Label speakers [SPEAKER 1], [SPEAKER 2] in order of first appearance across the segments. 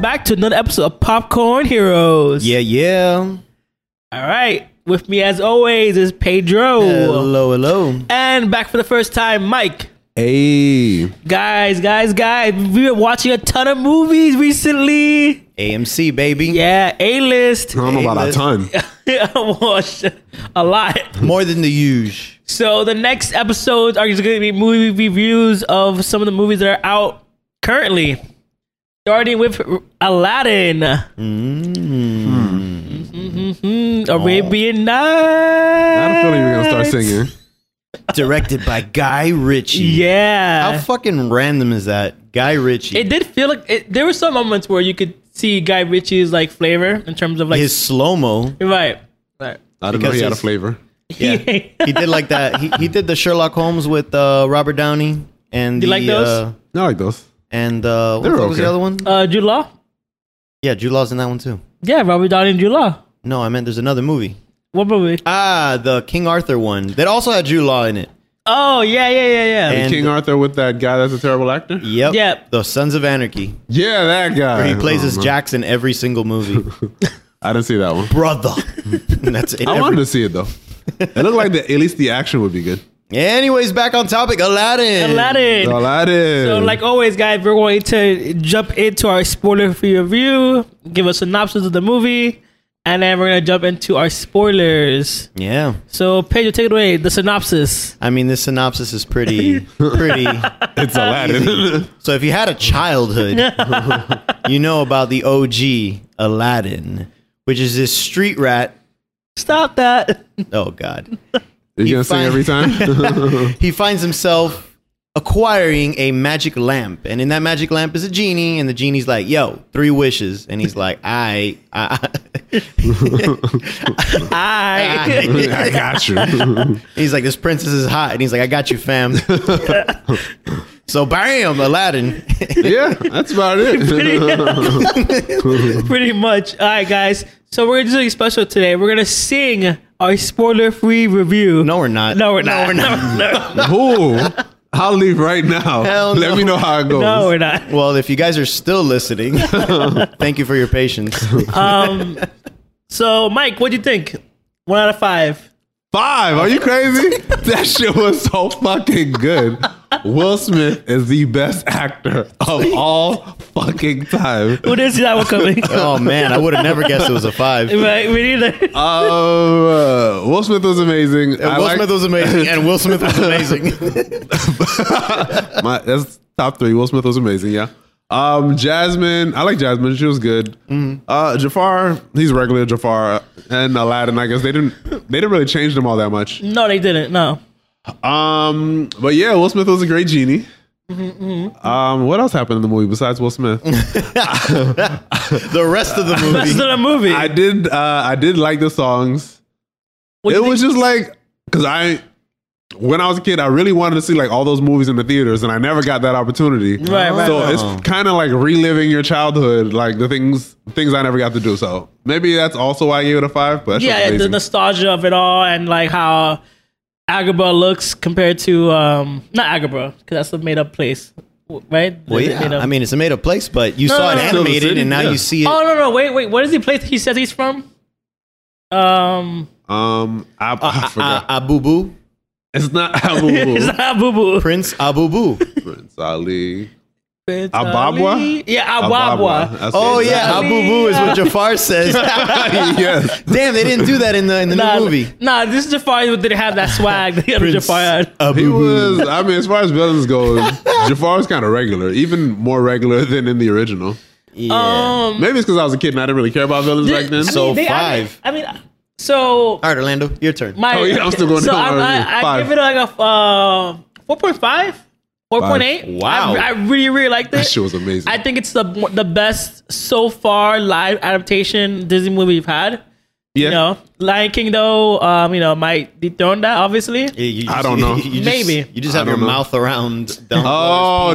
[SPEAKER 1] back to another episode of Popcorn Heroes.
[SPEAKER 2] Yeah, yeah.
[SPEAKER 1] All right. With me, as always, is Pedro.
[SPEAKER 2] Hello, hello.
[SPEAKER 1] And back for the first time, Mike.
[SPEAKER 3] Hey,
[SPEAKER 1] Guys, guys, guys, we've been watching a ton of movies recently.
[SPEAKER 2] AMC, baby.
[SPEAKER 1] Yeah, A list.
[SPEAKER 3] I don't know about
[SPEAKER 2] Hey,
[SPEAKER 3] that time.
[SPEAKER 1] I watched a lot.
[SPEAKER 2] More than the usual.
[SPEAKER 1] So the next episodes are just going to be movie reviews of some of the movies that are out currently, starting with Aladdin,
[SPEAKER 3] Mm.
[SPEAKER 1] Mhm, Arabian
[SPEAKER 3] Oh. I
[SPEAKER 1] Nights.
[SPEAKER 3] had a feeling you were gonna start singing.
[SPEAKER 2] Directed by Guy Ritchie.
[SPEAKER 1] Yeah,
[SPEAKER 2] How fucking random is that? Guy Ritchie.
[SPEAKER 1] it did feel like it, there were some moments where you could see Guy Ritchie's like flavor in terms of like
[SPEAKER 2] His slow mo.
[SPEAKER 1] right, right.
[SPEAKER 3] I didn't know
[SPEAKER 2] Because
[SPEAKER 3] he had a
[SPEAKER 2] he's-
[SPEAKER 3] flavor.
[SPEAKER 2] Yeah. he did like that. He, he did the Sherlock Holmes with uh, Robert Downey and
[SPEAKER 1] You
[SPEAKER 2] the
[SPEAKER 1] like those?
[SPEAKER 2] Uh,
[SPEAKER 3] I like those.
[SPEAKER 2] and uh, what
[SPEAKER 3] They
[SPEAKER 2] the
[SPEAKER 3] were
[SPEAKER 2] fuck was the
[SPEAKER 3] okay.
[SPEAKER 2] other one?
[SPEAKER 1] uh, Jude Law.
[SPEAKER 2] Yeah, Jude Law's in that one too.
[SPEAKER 1] Yeah, Robert Downey and Jude Law.
[SPEAKER 2] No, I meant there's another movie.
[SPEAKER 1] What movie?
[SPEAKER 2] Ah, the King Arthur one that also had Jude Law in it.
[SPEAKER 1] Oh yeah, yeah, yeah, yeah.
[SPEAKER 2] And-
[SPEAKER 3] King Arthur with that guy that's a terrible actor.
[SPEAKER 2] Yep.
[SPEAKER 1] Yep.
[SPEAKER 2] The Sons of Anarchy.
[SPEAKER 3] Yeah, that guy.
[SPEAKER 2] Where he plays
[SPEAKER 3] Oh,
[SPEAKER 2] as
[SPEAKER 3] man.
[SPEAKER 2] Jackson every single movie.
[SPEAKER 3] I didn't see that one.
[SPEAKER 2] Brother. That's it.
[SPEAKER 3] I wanted to see it though. It looked like the, at least the action would be good.
[SPEAKER 2] Anyways, back on topic, Aladdin.
[SPEAKER 1] Aladdin.
[SPEAKER 3] So Aladdin.
[SPEAKER 1] So, like always, guys, we're going to jump into our spoiler free review, give a synopsis of the movie, and then we're going to jump into our spoilers.
[SPEAKER 2] Yeah.
[SPEAKER 1] So, Pedro, take it away. The synopsis.
[SPEAKER 2] I mean, this synopsis is pretty, pretty.
[SPEAKER 3] it's Aladdin.
[SPEAKER 2] So, if you had a childhood, you know about the OG Aladdin, which is this street rat.
[SPEAKER 1] Stop that.
[SPEAKER 2] Oh, God.
[SPEAKER 3] you gonna sing
[SPEAKER 2] find-
[SPEAKER 3] every time?
[SPEAKER 2] He finds himself acquiring a magic lamp. And in that magic lamp is a genie. And the genie's like, yo, three wishes. And he's like, I, I,
[SPEAKER 1] I.
[SPEAKER 2] I.
[SPEAKER 3] I got you.
[SPEAKER 2] He's like, this princess is hot. And he's like, I got you, fam. so, bam, Aladdin.
[SPEAKER 3] yeah, that's about it.
[SPEAKER 1] Pretty much. All right, guys. So, we're going to do something special today. We're going to sing our spoiler free review.
[SPEAKER 2] No, we're not.
[SPEAKER 1] No, we're not.
[SPEAKER 2] No, we're not.
[SPEAKER 1] No, no,
[SPEAKER 3] Who? I'll leave right now.
[SPEAKER 2] Hell
[SPEAKER 3] Let
[SPEAKER 2] no.
[SPEAKER 3] me know how it goes.
[SPEAKER 1] no, we're not.
[SPEAKER 2] Well, if you guys are still listening, thank you for your patience.
[SPEAKER 1] Um, so, Mike, what'd you think? One out of five.
[SPEAKER 3] Five? Are you crazy? that shit was so fucking good. Will Smith is the best actor of all fucking time.
[SPEAKER 1] Who didn't see that one coming?
[SPEAKER 2] Oh man, I would have never guessed it was a five. Will
[SPEAKER 1] right, me neither.
[SPEAKER 3] Um, uh, Will Smith was amazing. I liked-
[SPEAKER 2] Smith was amazing, and Will Smith was amazing.
[SPEAKER 3] my, that's top three. Will Smith was amazing. Yeah. Um, Jasmine, I like Jasmine. She was good. Uh, Jafar, he's regular Jafar, and Aladdin. I guess they didn't they didn't really change them all that much.
[SPEAKER 1] No, they didn't. No.
[SPEAKER 3] Um, but yeah, Will Smith was a great genie. Um, what else happened in the movie besides Will Smith?
[SPEAKER 2] the rest of the
[SPEAKER 1] It's
[SPEAKER 2] movie,
[SPEAKER 1] not a movie.
[SPEAKER 3] I did. Uh, I did like the songs.
[SPEAKER 1] What do
[SPEAKER 3] it
[SPEAKER 1] you
[SPEAKER 3] was just like because I, when I was a kid, I really wanted to see like all those movies in the theaters, and I never got that opportunity.
[SPEAKER 1] Right, right,
[SPEAKER 3] So
[SPEAKER 1] right.
[SPEAKER 3] it's kind of like reliving your childhood, like the things things I never got to do. So maybe that's also why I gave it a five. But
[SPEAKER 1] yeah,
[SPEAKER 3] yeah,
[SPEAKER 1] the nostalgia of it all and like how Agrabah looks compared to um not Agrabah because that's a made up place, w- right?
[SPEAKER 2] well,
[SPEAKER 1] Made
[SPEAKER 2] yeah,
[SPEAKER 1] up.
[SPEAKER 2] I mean, it's a made-up place, but you saw it
[SPEAKER 1] no, no.
[SPEAKER 2] animated,
[SPEAKER 3] City,
[SPEAKER 2] and now
[SPEAKER 3] yeah.
[SPEAKER 2] you see it.
[SPEAKER 1] oh no no wait wait what is the place he says he's from? Um,
[SPEAKER 3] um,
[SPEAKER 1] Uh,
[SPEAKER 3] I, I forgot.
[SPEAKER 2] A- Abu Boo,
[SPEAKER 3] it's not Abu
[SPEAKER 1] it's
[SPEAKER 3] Boo.
[SPEAKER 1] not Abu
[SPEAKER 2] Prince Abu Boo.
[SPEAKER 3] Prince Ali.
[SPEAKER 1] Ababwa.
[SPEAKER 3] Ababwa?
[SPEAKER 1] Yeah,
[SPEAKER 3] Ababwa.
[SPEAKER 1] Ababwa.
[SPEAKER 3] That's
[SPEAKER 2] Oh
[SPEAKER 3] it.
[SPEAKER 2] yeah, Abu Boo is what Jafar says.
[SPEAKER 3] yes.
[SPEAKER 2] Damn, they didn't do that in the in the
[SPEAKER 1] Nah,
[SPEAKER 2] new movie.
[SPEAKER 1] nah, this Jafar didn't have that swag. that the other
[SPEAKER 2] Prince
[SPEAKER 1] Jafar had.
[SPEAKER 3] He
[SPEAKER 2] Abu Boo.
[SPEAKER 3] was. I mean, as far as villains go, Jafar was kind of regular, even more regular than in the original.
[SPEAKER 2] Yeah.
[SPEAKER 1] Um,
[SPEAKER 3] Maybe it's because I was a kid and I didn't really care about villains back then.
[SPEAKER 1] I mean,
[SPEAKER 3] So
[SPEAKER 1] they-
[SPEAKER 2] five.
[SPEAKER 1] I mean, I mean, so
[SPEAKER 2] All right, Orlando, your turn.
[SPEAKER 1] my.
[SPEAKER 3] Oh, yeah, I'm still going
[SPEAKER 1] So
[SPEAKER 3] down
[SPEAKER 1] I'm,
[SPEAKER 3] on you.
[SPEAKER 1] I, I
[SPEAKER 3] Five.
[SPEAKER 1] give it like a uh, 4.5, 4.8.
[SPEAKER 2] Wow.
[SPEAKER 1] I, I really really liked it.
[SPEAKER 3] that shit was amazing.
[SPEAKER 1] I think it's the the best so far live adaptation Disney movie we've had.
[SPEAKER 3] yeah.
[SPEAKER 1] You know, Lion King though, um, you know, might dethrone that obviously.
[SPEAKER 2] Yeah, you
[SPEAKER 3] I
[SPEAKER 2] just-
[SPEAKER 3] don't know.
[SPEAKER 2] you just-
[SPEAKER 1] Maybe.
[SPEAKER 2] you just have
[SPEAKER 3] I
[SPEAKER 2] your
[SPEAKER 3] don't know.
[SPEAKER 2] mouth around. Donald
[SPEAKER 3] Oh,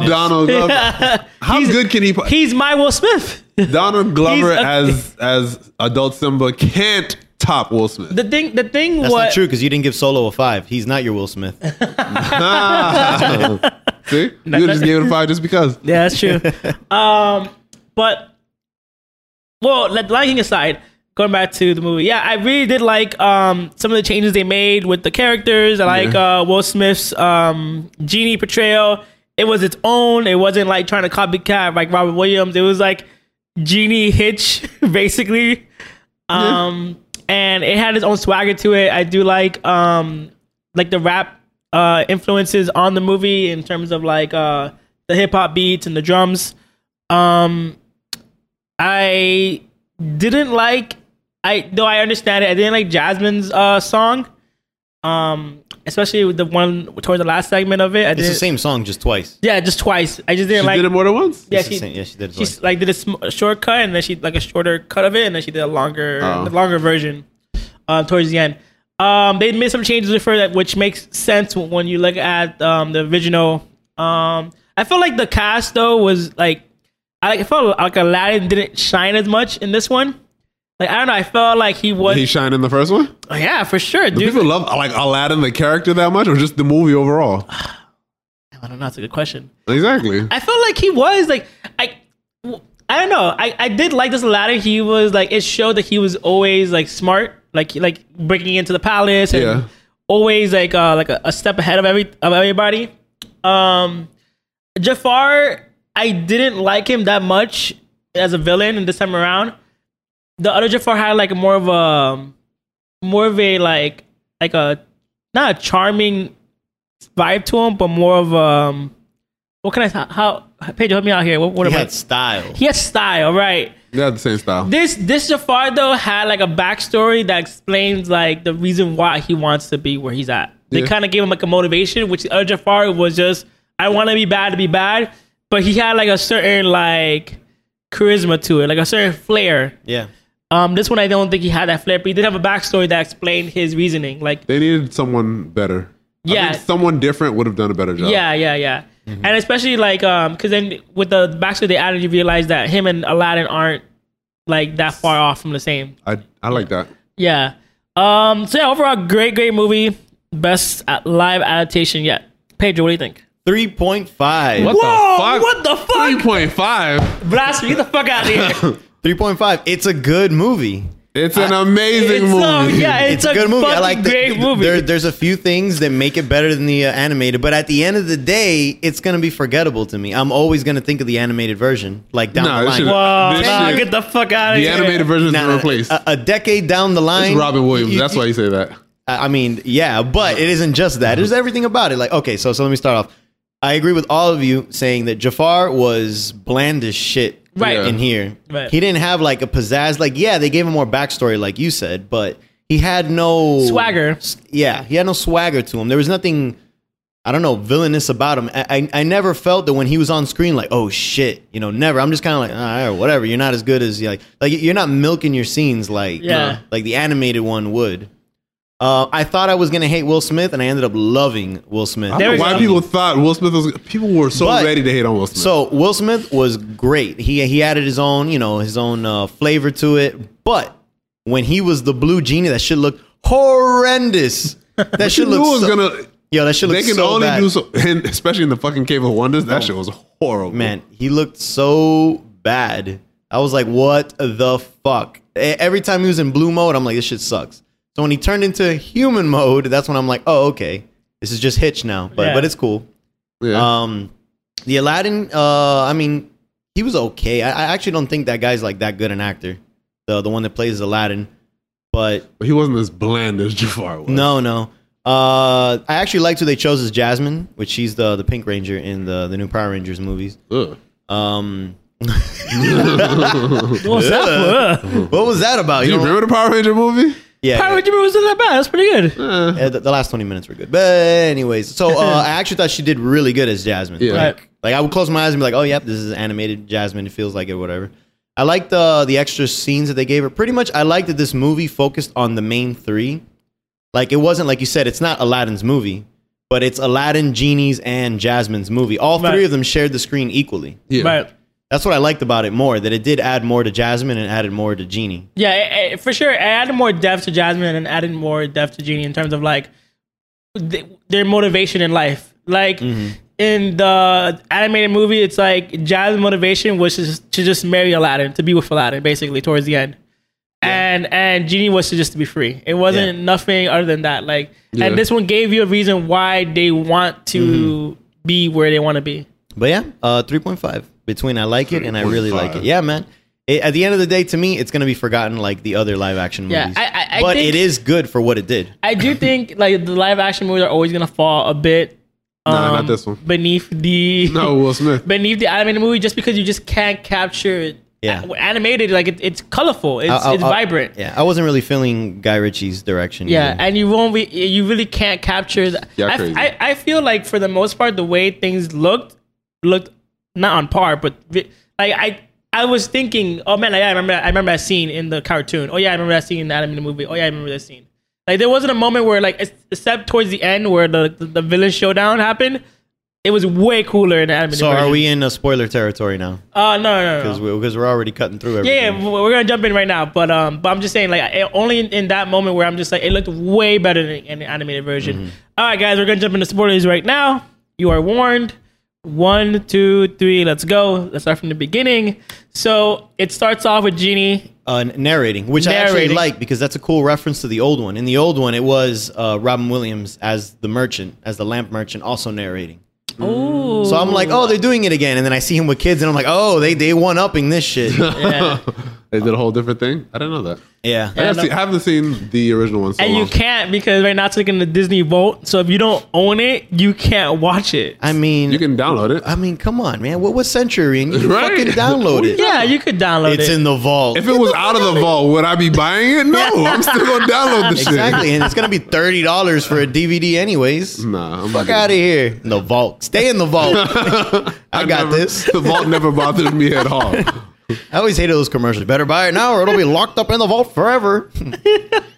[SPEAKER 2] Glover's penis.
[SPEAKER 3] Donald Glover. How good can he? play?
[SPEAKER 1] He's my Will Smith.
[SPEAKER 3] Donald
[SPEAKER 1] he's
[SPEAKER 3] Glover
[SPEAKER 1] a-
[SPEAKER 3] as as adult Simba can't top Will Smith.
[SPEAKER 1] The thing, the thing
[SPEAKER 2] That's not
[SPEAKER 1] was
[SPEAKER 2] true because you didn't give Solo a five. He's not your Will Smith.
[SPEAKER 3] See, you just gave it a five just because.
[SPEAKER 1] Yeah, that's true. um, but well, let Lion King aside, going back to the movie, yeah, I really did like um, some of the changes they made with the characters. I like uh, Will Smith's um, genie portrayal. It was its own. It wasn't like trying to copycat like Robert Williams. It was like genie Hitch, basically. Um, and it had its own swagger to it. I do like um, like the rap uh, influences on the movie in terms of like uh, the hip hop beats and the drums. Um, I didn't like I though I understand it. I didn't like Jasmine's uh, song, um, especially with the one towards the last segment of it. I
[SPEAKER 2] It's
[SPEAKER 1] didn't,
[SPEAKER 2] the same song just twice.
[SPEAKER 1] Yeah, just twice. I just didn't
[SPEAKER 3] She
[SPEAKER 1] like.
[SPEAKER 3] did it more than once.
[SPEAKER 1] yeah,
[SPEAKER 2] It's the
[SPEAKER 1] she,
[SPEAKER 2] same- yeah, she did it
[SPEAKER 1] she's like did a, sm- a short cut and then she like a shorter cut of it and then she did a longer
[SPEAKER 3] Oh.
[SPEAKER 1] a longer version uh, towards the end. Um, they made some changes with her that which makes sense when you look at um, the original. Um, I feel like the cast though was like I like I felt like Aladdin didn't shine as much in this one. Like I don't know, I felt like he was Oh,
[SPEAKER 3] He shined in the first one.
[SPEAKER 1] yeah for sure,
[SPEAKER 3] Do
[SPEAKER 1] dude.
[SPEAKER 3] people love like Aladdin the character that much, or just the movie overall?
[SPEAKER 1] I don't know, that's a good question.
[SPEAKER 3] Exactly.
[SPEAKER 1] I felt like he was like I. w- I don't know. I, I did like this Aladdin. He was like it showed that he was always like smart, like like breaking into the palace and
[SPEAKER 3] Yeah.
[SPEAKER 1] always like uh like a, a step ahead of every of everybody. Um, Jafar, I didn't like him that much as a villain. And this time around, the other Jafar had like more of a more of a like like a not a charming vibe to him, but more of um what can I how Pedro help me out here? What, what
[SPEAKER 2] He
[SPEAKER 1] am I-
[SPEAKER 2] had style.
[SPEAKER 1] He has style, right?
[SPEAKER 3] They had the same style.
[SPEAKER 1] This this Jafar though had like a backstory that explains like the reason why he wants to be where he's at. They
[SPEAKER 3] Yeah.
[SPEAKER 1] kind of gave him like a motivation, which the other Jafar was just I want to be bad to be bad, but he had like a certain like charisma to it, like a certain flair.
[SPEAKER 2] Yeah.
[SPEAKER 1] Um, this one I don't think he had that flair, but he did have a backstory that explained his reasoning. Like
[SPEAKER 3] They needed someone better. I
[SPEAKER 1] Yeah.
[SPEAKER 3] think someone different would have done a better job.
[SPEAKER 1] Yeah, yeah, yeah. And especially like um, because then with the backstory they added, you realize that him and Aladdin aren't like that far off from the same.
[SPEAKER 3] I I like that.
[SPEAKER 1] Yeah. Um. So yeah, overall, great, great movie. Best uh, live adaptation yet. Pedro, what do you think?
[SPEAKER 2] 3.5.
[SPEAKER 1] Whoa, what the fuck?
[SPEAKER 3] Three point five.
[SPEAKER 1] Blast, get the fuck out of here.
[SPEAKER 2] 3.5. It's a good movie.
[SPEAKER 3] It's an amazing
[SPEAKER 1] Uh, it's a
[SPEAKER 3] movie.
[SPEAKER 1] yeah, it's,
[SPEAKER 2] It's, a good movie. I
[SPEAKER 1] fucking
[SPEAKER 2] like the,
[SPEAKER 1] great
[SPEAKER 2] th-
[SPEAKER 1] movie.
[SPEAKER 2] There, there's a few things that make it better than the uh, animated, but at the end of the day, it's gonna be forgettable to me. I'm always gonna think of the animated version, like down
[SPEAKER 3] Nah,
[SPEAKER 2] the
[SPEAKER 3] this
[SPEAKER 2] line.
[SPEAKER 3] shit-
[SPEAKER 1] Wow,
[SPEAKER 3] This
[SPEAKER 1] nah,
[SPEAKER 3] shit-
[SPEAKER 1] get the fuck out of
[SPEAKER 3] The
[SPEAKER 1] here.
[SPEAKER 3] animated version
[SPEAKER 2] Nah,
[SPEAKER 3] has
[SPEAKER 2] nah,
[SPEAKER 3] been replaced.
[SPEAKER 2] a, a decade down the line,
[SPEAKER 3] it's Robin Williams.
[SPEAKER 2] you-
[SPEAKER 3] That's
[SPEAKER 2] you-
[SPEAKER 3] why you say that.
[SPEAKER 2] I I mean, yeah, but it isn't just that. There's everything about it. Like, okay, so so let me start off. I agree with all of you saying that Jafar was bland as shit
[SPEAKER 1] Right.
[SPEAKER 2] in here.
[SPEAKER 1] Right.
[SPEAKER 2] He didn't have like a pizzazz. Like, yeah, they gave him more backstory, like you said, but he had no
[SPEAKER 1] Swagger.
[SPEAKER 2] S- Yeah, he had no swagger to him. There was nothing. I don't know villainous about him. I, I I never felt that when he was on screen, like oh shit, you know, never. I'm just kind of like "Ah, all right, whatever. You're not as good as like like you're not milking your scenes like
[SPEAKER 1] Yeah.
[SPEAKER 2] like the animated one would. Uh, I thought I was gonna hate Will Smith, and I ended up loving Will Smith.
[SPEAKER 3] I don't
[SPEAKER 1] we
[SPEAKER 3] know why
[SPEAKER 1] go.
[SPEAKER 3] people thought Will Smith was. People were so
[SPEAKER 2] But-
[SPEAKER 3] ready to hate on Will Smith.
[SPEAKER 2] So Will Smith was great. He he added his own, you know, his own uh, flavor to it. But when he was the blue genie, that shit looked horrendous. That
[SPEAKER 3] you
[SPEAKER 2] shit
[SPEAKER 3] knew
[SPEAKER 2] looked
[SPEAKER 3] it was
[SPEAKER 2] so,
[SPEAKER 3] gonna.
[SPEAKER 2] yo, that shit
[SPEAKER 3] They
[SPEAKER 2] looked
[SPEAKER 3] can
[SPEAKER 2] so
[SPEAKER 3] only
[SPEAKER 2] bad.
[SPEAKER 3] do so, and especially in the fucking Cave of Wonders. That shit was horrible,
[SPEAKER 2] Man, he looked so bad. I was like, what the fuck? E- Every time he was in blue mode, I'm like, this shit sucks. So when he turned into human mode, that's when I'm like, oh okay, this is just Hitch now, but
[SPEAKER 1] Yeah.
[SPEAKER 2] but it's cool.
[SPEAKER 3] Yeah.
[SPEAKER 2] Um, the Aladdin, uh, I mean, he was okay. I, I actually don't think that guy's like that good an actor. The the one that plays Aladdin, but
[SPEAKER 3] but he wasn't as bland as Jafar was.
[SPEAKER 2] no, no. Uh, I actually liked who they chose as Jasmine, which she's the the Pink Ranger in the the new Power Rangers movies.
[SPEAKER 3] Ugh.
[SPEAKER 2] Um,
[SPEAKER 1] What's that for? Uh,
[SPEAKER 2] what was that about?
[SPEAKER 3] Do you
[SPEAKER 2] don't-
[SPEAKER 3] remember the Power Ranger movie?
[SPEAKER 2] yeah,
[SPEAKER 1] Power Rangers wasn't that bad. That's pretty good.
[SPEAKER 3] Eh.
[SPEAKER 2] Yeah, Uh, the, the last 20 minutes were good. But anyways, so uh, I actually thought she did really good as Jasmine.
[SPEAKER 3] Yeah.
[SPEAKER 2] Like,
[SPEAKER 1] Right.
[SPEAKER 2] like, I would close my eyes and be like, oh, yep, this is animated Jasmine. It feels like it, whatever. I liked the, the extra scenes that they gave her. Pretty much, I liked that this movie focused on the main three. Like, it wasn't, like you said, it's not Aladdin's movie, but it's Aladdin, Genie's, and Jasmine's movie. All
[SPEAKER 1] Right.
[SPEAKER 2] three of them shared the screen equally.
[SPEAKER 3] Yeah.
[SPEAKER 1] Right.
[SPEAKER 2] That's what I liked about it more, that it did add more to Jasmine and added more to Genie.
[SPEAKER 1] Yeah, it, it- for sure. I added more depth to Jasmine and added
[SPEAKER 3] Mm-hmm.
[SPEAKER 1] more depth to Genie in terms of like th- their motivation in life. Like in the animated movie, it's like Jasmine's motivation was to just, to just marry Aladdin, to be with Aladdin, basically towards the end. And and Genie was to just to be free. It wasn't
[SPEAKER 2] Yeah.
[SPEAKER 1] nothing other than that. Like,
[SPEAKER 3] Yeah.
[SPEAKER 1] and this one gave you a reason why they want to
[SPEAKER 3] Mm-hmm.
[SPEAKER 1] be where they want to be.
[SPEAKER 2] But yeah, uh, 3.5 between I like it and I really like
[SPEAKER 3] 3.5.
[SPEAKER 2] it. Yeah, man. It, at the end of the day, to me, it's going to be forgotten like the other live action movies.
[SPEAKER 1] Yeah, I- I- I
[SPEAKER 2] but
[SPEAKER 1] think-
[SPEAKER 2] it is good for what it did.
[SPEAKER 1] I do think like the live action movies are always gonna fall a bit. Um,
[SPEAKER 3] Nah, not this one.
[SPEAKER 1] Beneath the
[SPEAKER 3] No, Will Smith.
[SPEAKER 1] beneath the animated movie, just because you just can't capture it.
[SPEAKER 2] Yeah.
[SPEAKER 1] A- animated like it, it's colorful, it's,
[SPEAKER 2] I- I-
[SPEAKER 1] it's
[SPEAKER 2] I-
[SPEAKER 1] vibrant.
[SPEAKER 2] Yeah, I wasn't really feeling Guy Ritchie's direction.
[SPEAKER 1] Yeah,
[SPEAKER 2] either.
[SPEAKER 1] and you won't. Re- you really can't capture. The-
[SPEAKER 3] Mm-hmm. Y'all
[SPEAKER 1] I f-
[SPEAKER 3] crazy.
[SPEAKER 1] I, I feel like for the most part, the way things looked looked not on par, but vi- like I. I was thinking, oh man, yeah, I remember. I remember that scene in the cartoon. Oh yeah, I remember that scene in the animated movie. Oh yeah, I remember that scene. Like there wasn't a moment where, like, ex- except towards the end where the the, the villain showdown happened, it was way cooler in the animated.
[SPEAKER 2] So are
[SPEAKER 1] version.
[SPEAKER 2] we in a spoiler territory now?
[SPEAKER 1] Uh, no, no, no.
[SPEAKER 2] Because
[SPEAKER 1] no.
[SPEAKER 2] we, are already cutting through everything.
[SPEAKER 1] Yeah, yeah, we- we're gonna jump in right now, but um, but I'm just saying, like, it, only in, in that moment where I'm just like, it looked way better than in the animated version.
[SPEAKER 2] Mm-hmm.
[SPEAKER 1] All right, guys, we're gonna jump into spoilers right now. You are warned. One, two, three, let's go. Let's start from the beginning. So it starts off with Genie.
[SPEAKER 2] uh, narrating, which I actually
[SPEAKER 1] Narrating.
[SPEAKER 2] like because that's a cool reference to the old one. In the old one, it was uh, Robin Williams as the merchant, as the lamp merchant, also narrating.
[SPEAKER 1] Ooh.
[SPEAKER 2] So I'm like, oh, they're doing it again. And then I see him with kids, and I'm like, oh, they they one upping this shit.
[SPEAKER 1] Yeah.
[SPEAKER 3] They did a whole different thing. I didn't know that.
[SPEAKER 2] yeah.
[SPEAKER 3] I
[SPEAKER 1] Yeah.
[SPEAKER 3] haven't seen- I haven't seen the original one. So
[SPEAKER 1] and
[SPEAKER 3] long.
[SPEAKER 1] you can't because right now it's like in the Disney Vault. So if you don't own it, you can't watch it.
[SPEAKER 2] I mean,
[SPEAKER 3] You can download it.
[SPEAKER 2] I mean, come on, man. What was Century? And you can
[SPEAKER 3] Right.
[SPEAKER 2] fucking download it.
[SPEAKER 1] yeah, you could download
[SPEAKER 2] It's
[SPEAKER 1] it.
[SPEAKER 2] in the vault.
[SPEAKER 3] If it was out of the vault, would I be buying it? No, I'm still gonna download the
[SPEAKER 2] exactly, and it's gonna be thirty dollars for a DVD, anyways.
[SPEAKER 3] shit. Nah, I'm
[SPEAKER 2] Fuck out of here. In the vault. Stay in the vault. I got this.
[SPEAKER 3] The vault never bothered me at all.
[SPEAKER 2] I always hated those commercials. Better buy it now, or it'll be locked up in the vault forever.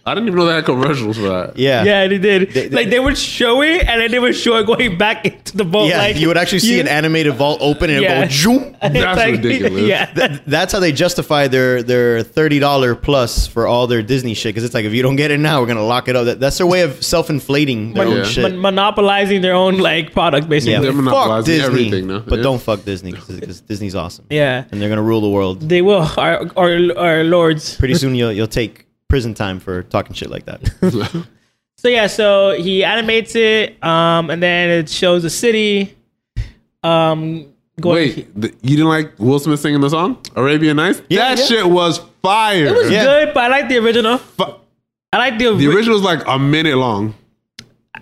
[SPEAKER 3] I didn't even know they had commercials for that.
[SPEAKER 2] yeah.
[SPEAKER 1] yeah, they did.
[SPEAKER 2] They- they-
[SPEAKER 1] like they would show it, and then they would show it going back into the vault.
[SPEAKER 2] Yeah,
[SPEAKER 1] like
[SPEAKER 2] you would actually see
[SPEAKER 1] you-
[SPEAKER 2] an animated vault open and
[SPEAKER 1] Yeah.
[SPEAKER 2] it go zoom.
[SPEAKER 1] It's
[SPEAKER 3] That's ridiculous.
[SPEAKER 1] Yeah.
[SPEAKER 2] Th- That's how they justify their their thirty dollar plus for all their Disney shit. Because it's like if you don't get it now, we're gonna lock it up. That- That's their way of self inflating their
[SPEAKER 1] Mon-
[SPEAKER 2] own
[SPEAKER 3] Yeah.
[SPEAKER 2] shit.
[SPEAKER 1] mon- monopolizing their own like product
[SPEAKER 2] yeah,
[SPEAKER 1] basically. Yeah.
[SPEAKER 3] They're
[SPEAKER 2] fuck
[SPEAKER 3] monopolizing
[SPEAKER 2] Disney,
[SPEAKER 3] everything now.
[SPEAKER 2] but
[SPEAKER 3] Yeah.
[SPEAKER 2] don't fuck Disney because Disney's awesome. and they're gonna rule the world.
[SPEAKER 1] They will our our, our lords.
[SPEAKER 2] Pretty soon you'll you'll take prison time for talking shit like that.
[SPEAKER 1] So yeah, so he animates it um and then it shows the city um going
[SPEAKER 3] Wait, th- you didn't like Will Smith singing the song Arabian Nights?
[SPEAKER 2] Yeah,
[SPEAKER 3] that
[SPEAKER 2] yeah.
[SPEAKER 3] shit was fire.
[SPEAKER 1] It was
[SPEAKER 2] Yeah.
[SPEAKER 1] good, but I like the original.
[SPEAKER 3] Fu-
[SPEAKER 1] I like the,
[SPEAKER 3] the
[SPEAKER 1] ori-
[SPEAKER 3] original was like a minute long.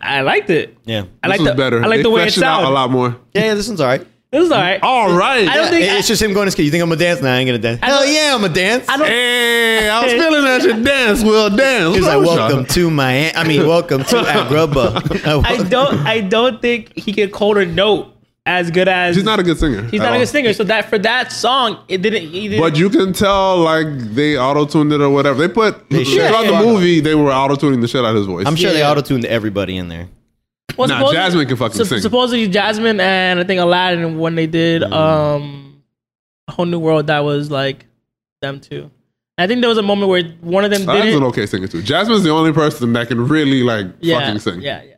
[SPEAKER 1] I liked it.
[SPEAKER 2] yeah,
[SPEAKER 1] I
[SPEAKER 3] This
[SPEAKER 1] like
[SPEAKER 3] was
[SPEAKER 1] the
[SPEAKER 3] better.
[SPEAKER 1] I like
[SPEAKER 3] They
[SPEAKER 1] the way it
[SPEAKER 3] fleshed out
[SPEAKER 1] sounds.
[SPEAKER 3] a lot Oh. more.
[SPEAKER 2] yeah, yeah. This one's all right.
[SPEAKER 1] It was alright.
[SPEAKER 3] All right.
[SPEAKER 1] I don't think
[SPEAKER 2] It- It's just him going to school. You think I'm gonna dance? Nah, I ain't gonna dance.
[SPEAKER 1] I
[SPEAKER 2] Hell
[SPEAKER 1] don't-
[SPEAKER 2] yeah, I'm gonna dance.
[SPEAKER 1] I don't
[SPEAKER 3] Hey, I was feeling that shit. Dance, Will, dance.
[SPEAKER 2] He's
[SPEAKER 3] What's
[SPEAKER 2] like,
[SPEAKER 3] wrong with y'all?
[SPEAKER 2] welcome to my. I mean, welcome to Agrabah.
[SPEAKER 1] I don't I don't think he could hold a note as good as
[SPEAKER 3] He's not a good singer.
[SPEAKER 1] he's
[SPEAKER 3] at
[SPEAKER 1] not a
[SPEAKER 3] all.
[SPEAKER 1] good singer. So that for that song it didn't he didn't
[SPEAKER 3] But you can tell, like they auto tuned it or whatever. They put
[SPEAKER 2] should.
[SPEAKER 3] throughout
[SPEAKER 1] Yeah,
[SPEAKER 3] the
[SPEAKER 1] yeah.
[SPEAKER 3] movie, they were auto tuning the shit out of his voice.
[SPEAKER 2] I'm sure they
[SPEAKER 1] Yeah.
[SPEAKER 2] auto tuned everybody in there.
[SPEAKER 1] Well,
[SPEAKER 3] Nah, Jasmine can fucking sing. Mm-hmm.
[SPEAKER 1] Supposedly Jasmine and I think Aladdin when they did um a whole new world that was like them too. I think there was a moment where one of them did
[SPEAKER 3] Aladdin's
[SPEAKER 1] it.
[SPEAKER 3] an okay singer too. Jasmine's the only person that can really like
[SPEAKER 1] yeah,
[SPEAKER 3] fucking sing.
[SPEAKER 1] yeah, yeah.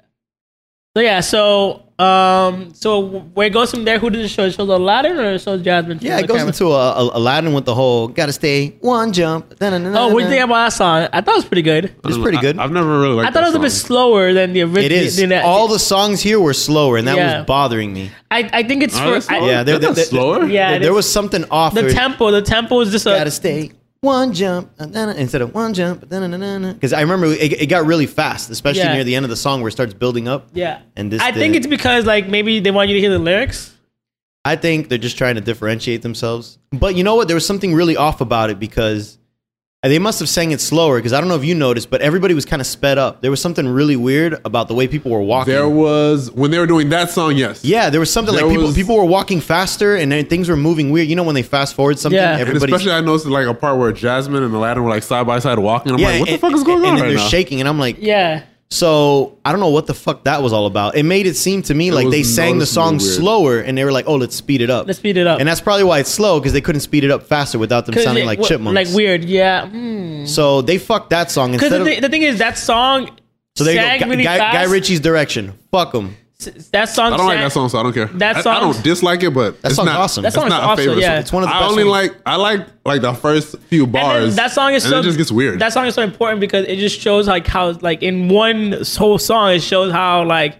[SPEAKER 1] So yeah, so um, so where it goes from there? Who did it show? It shows Aladdin or it shows Jasmine?
[SPEAKER 2] Yeah,
[SPEAKER 1] From
[SPEAKER 2] it
[SPEAKER 1] the
[SPEAKER 2] goes
[SPEAKER 1] camera?
[SPEAKER 2] into a, a Aladdin with the whole "Gotta stay one jump."
[SPEAKER 1] Oh, what do you think about that song? I thought it was pretty good.
[SPEAKER 3] I don't
[SPEAKER 2] It's
[SPEAKER 3] know.
[SPEAKER 2] pretty
[SPEAKER 3] I-
[SPEAKER 2] good.
[SPEAKER 3] I've never really
[SPEAKER 1] I
[SPEAKER 3] liked.
[SPEAKER 1] thought it was a bit slower than the original.
[SPEAKER 2] It is. All the songs here were slower, and that
[SPEAKER 1] Yeah.
[SPEAKER 2] was bothering me.
[SPEAKER 1] I, I think it's for I,
[SPEAKER 2] Yeah,
[SPEAKER 3] yeah,
[SPEAKER 2] they're-
[SPEAKER 3] they're,
[SPEAKER 2] they're-
[SPEAKER 3] slower.
[SPEAKER 1] Yeah, it
[SPEAKER 2] there
[SPEAKER 1] is.
[SPEAKER 2] was something off.
[SPEAKER 1] the
[SPEAKER 2] there.
[SPEAKER 1] tempo. The tempo is just a
[SPEAKER 2] gotta stay one jump na-na-na, instead of one jump because I remember it, it got really fast, especially
[SPEAKER 1] Yeah.
[SPEAKER 2] near the end of the song where it starts building up.
[SPEAKER 1] yeah.
[SPEAKER 2] And this
[SPEAKER 1] I think
[SPEAKER 2] didn't.
[SPEAKER 1] it's because like maybe they want you to hear the lyrics.
[SPEAKER 2] I think they're just trying to differentiate themselves. But you know what? There was something really off about it because they must have sang it slower. Because I don't know if you noticed, but everybody was kind of sped up. There was something really weird about the way people were walking.
[SPEAKER 3] There was when they were doing that song. Yes.
[SPEAKER 2] yeah, there was something
[SPEAKER 3] There
[SPEAKER 2] like people
[SPEAKER 3] was-
[SPEAKER 2] people were walking faster and then things were moving weird. You know when they fast forward something,
[SPEAKER 1] Yeah. And
[SPEAKER 3] And
[SPEAKER 2] everybody's
[SPEAKER 3] especially, I noticed like a part where Jasmine and Aladdin were like side by side walking. I'm
[SPEAKER 2] yeah,
[SPEAKER 3] like, what the
[SPEAKER 2] and-
[SPEAKER 3] fuck is going
[SPEAKER 2] and,
[SPEAKER 3] on
[SPEAKER 2] then
[SPEAKER 3] right
[SPEAKER 2] they're
[SPEAKER 3] now?
[SPEAKER 2] shaking, and I'm like,
[SPEAKER 1] Yeah.
[SPEAKER 2] So I don't know what the fuck that was all about. It made it seem to me like
[SPEAKER 3] was
[SPEAKER 2] they sang the song
[SPEAKER 3] noticeably weird.
[SPEAKER 2] slower and they were like, "Oh, let's speed it up."
[SPEAKER 1] Let's speed it up.
[SPEAKER 2] And that's probably why it's slow because they couldn't speed it up faster without them
[SPEAKER 1] 'Cause
[SPEAKER 2] sounding
[SPEAKER 1] it-
[SPEAKER 2] like
[SPEAKER 1] what-
[SPEAKER 2] chipmunks.
[SPEAKER 1] Like weird, yeah.
[SPEAKER 2] So they fucked that song
[SPEAKER 1] Because
[SPEAKER 2] instead
[SPEAKER 1] the,
[SPEAKER 2] of.
[SPEAKER 1] thi- the thing is, that song
[SPEAKER 2] so there you
[SPEAKER 1] sang
[SPEAKER 2] go. Guy,
[SPEAKER 1] really
[SPEAKER 2] Guy,
[SPEAKER 1] fast.
[SPEAKER 2] Guy Ritchie's direction. Fuck him.
[SPEAKER 1] S- That song.
[SPEAKER 3] I don't like that song, so I don't care.
[SPEAKER 1] That
[SPEAKER 3] I- I,
[SPEAKER 1] song-
[SPEAKER 3] don't dislike it, but
[SPEAKER 2] That
[SPEAKER 3] it's
[SPEAKER 2] song's
[SPEAKER 3] not,
[SPEAKER 2] awesome.
[SPEAKER 1] That
[SPEAKER 3] That's
[SPEAKER 1] song
[SPEAKER 3] not
[SPEAKER 1] is
[SPEAKER 3] a
[SPEAKER 1] awesome,
[SPEAKER 3] favorite.
[SPEAKER 1] yeah.
[SPEAKER 3] song.
[SPEAKER 2] It's one of the
[SPEAKER 3] I
[SPEAKER 2] best
[SPEAKER 3] only
[SPEAKER 2] ones.
[SPEAKER 3] like I like like the first few bars.
[SPEAKER 1] And then that song is
[SPEAKER 3] and
[SPEAKER 1] so
[SPEAKER 3] it just gets weird.
[SPEAKER 1] That song is so important because it just shows like how like in one whole song it shows how like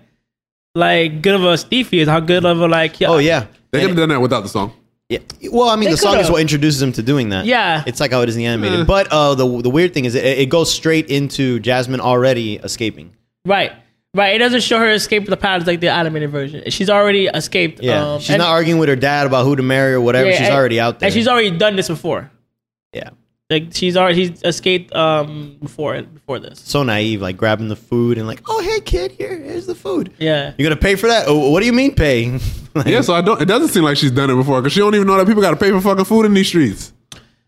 [SPEAKER 1] like good of a Steve is, how good of a like
[SPEAKER 2] Oh yeah.
[SPEAKER 3] they could have
[SPEAKER 2] And-
[SPEAKER 3] done that without the song.
[SPEAKER 2] yeah. Well, I mean,
[SPEAKER 1] They
[SPEAKER 2] the song is
[SPEAKER 1] coulda.
[SPEAKER 2] what introduces him to doing that.
[SPEAKER 1] Yeah. Hmm.
[SPEAKER 2] It's like how it is in the animated.
[SPEAKER 3] Eh.
[SPEAKER 2] But uh, the the weird thing is, it, it goes straight into Jasmine already escaping.
[SPEAKER 1] right. Right, it doesn't show her escape the palace like the animated version. She's already escaped.
[SPEAKER 2] Yeah.
[SPEAKER 1] um,
[SPEAKER 2] she's
[SPEAKER 1] and-
[SPEAKER 2] not arguing with her dad about who to marry or whatever.
[SPEAKER 1] yeah,
[SPEAKER 2] she's
[SPEAKER 1] and-
[SPEAKER 2] already out there.
[SPEAKER 1] and she's already done this before.
[SPEAKER 2] yeah.
[SPEAKER 1] Like she's already she's escaped um before it before this.
[SPEAKER 2] So naive, like grabbing the food and like, oh hey kid, here, here's the food.
[SPEAKER 1] Yeah,
[SPEAKER 2] You gonna pay for that? Oh, what do you mean pay? Like,
[SPEAKER 3] Yeah, so I don't. It doesn't seem like she's done it before because she don't even know that people got to pay for fucking food in these streets.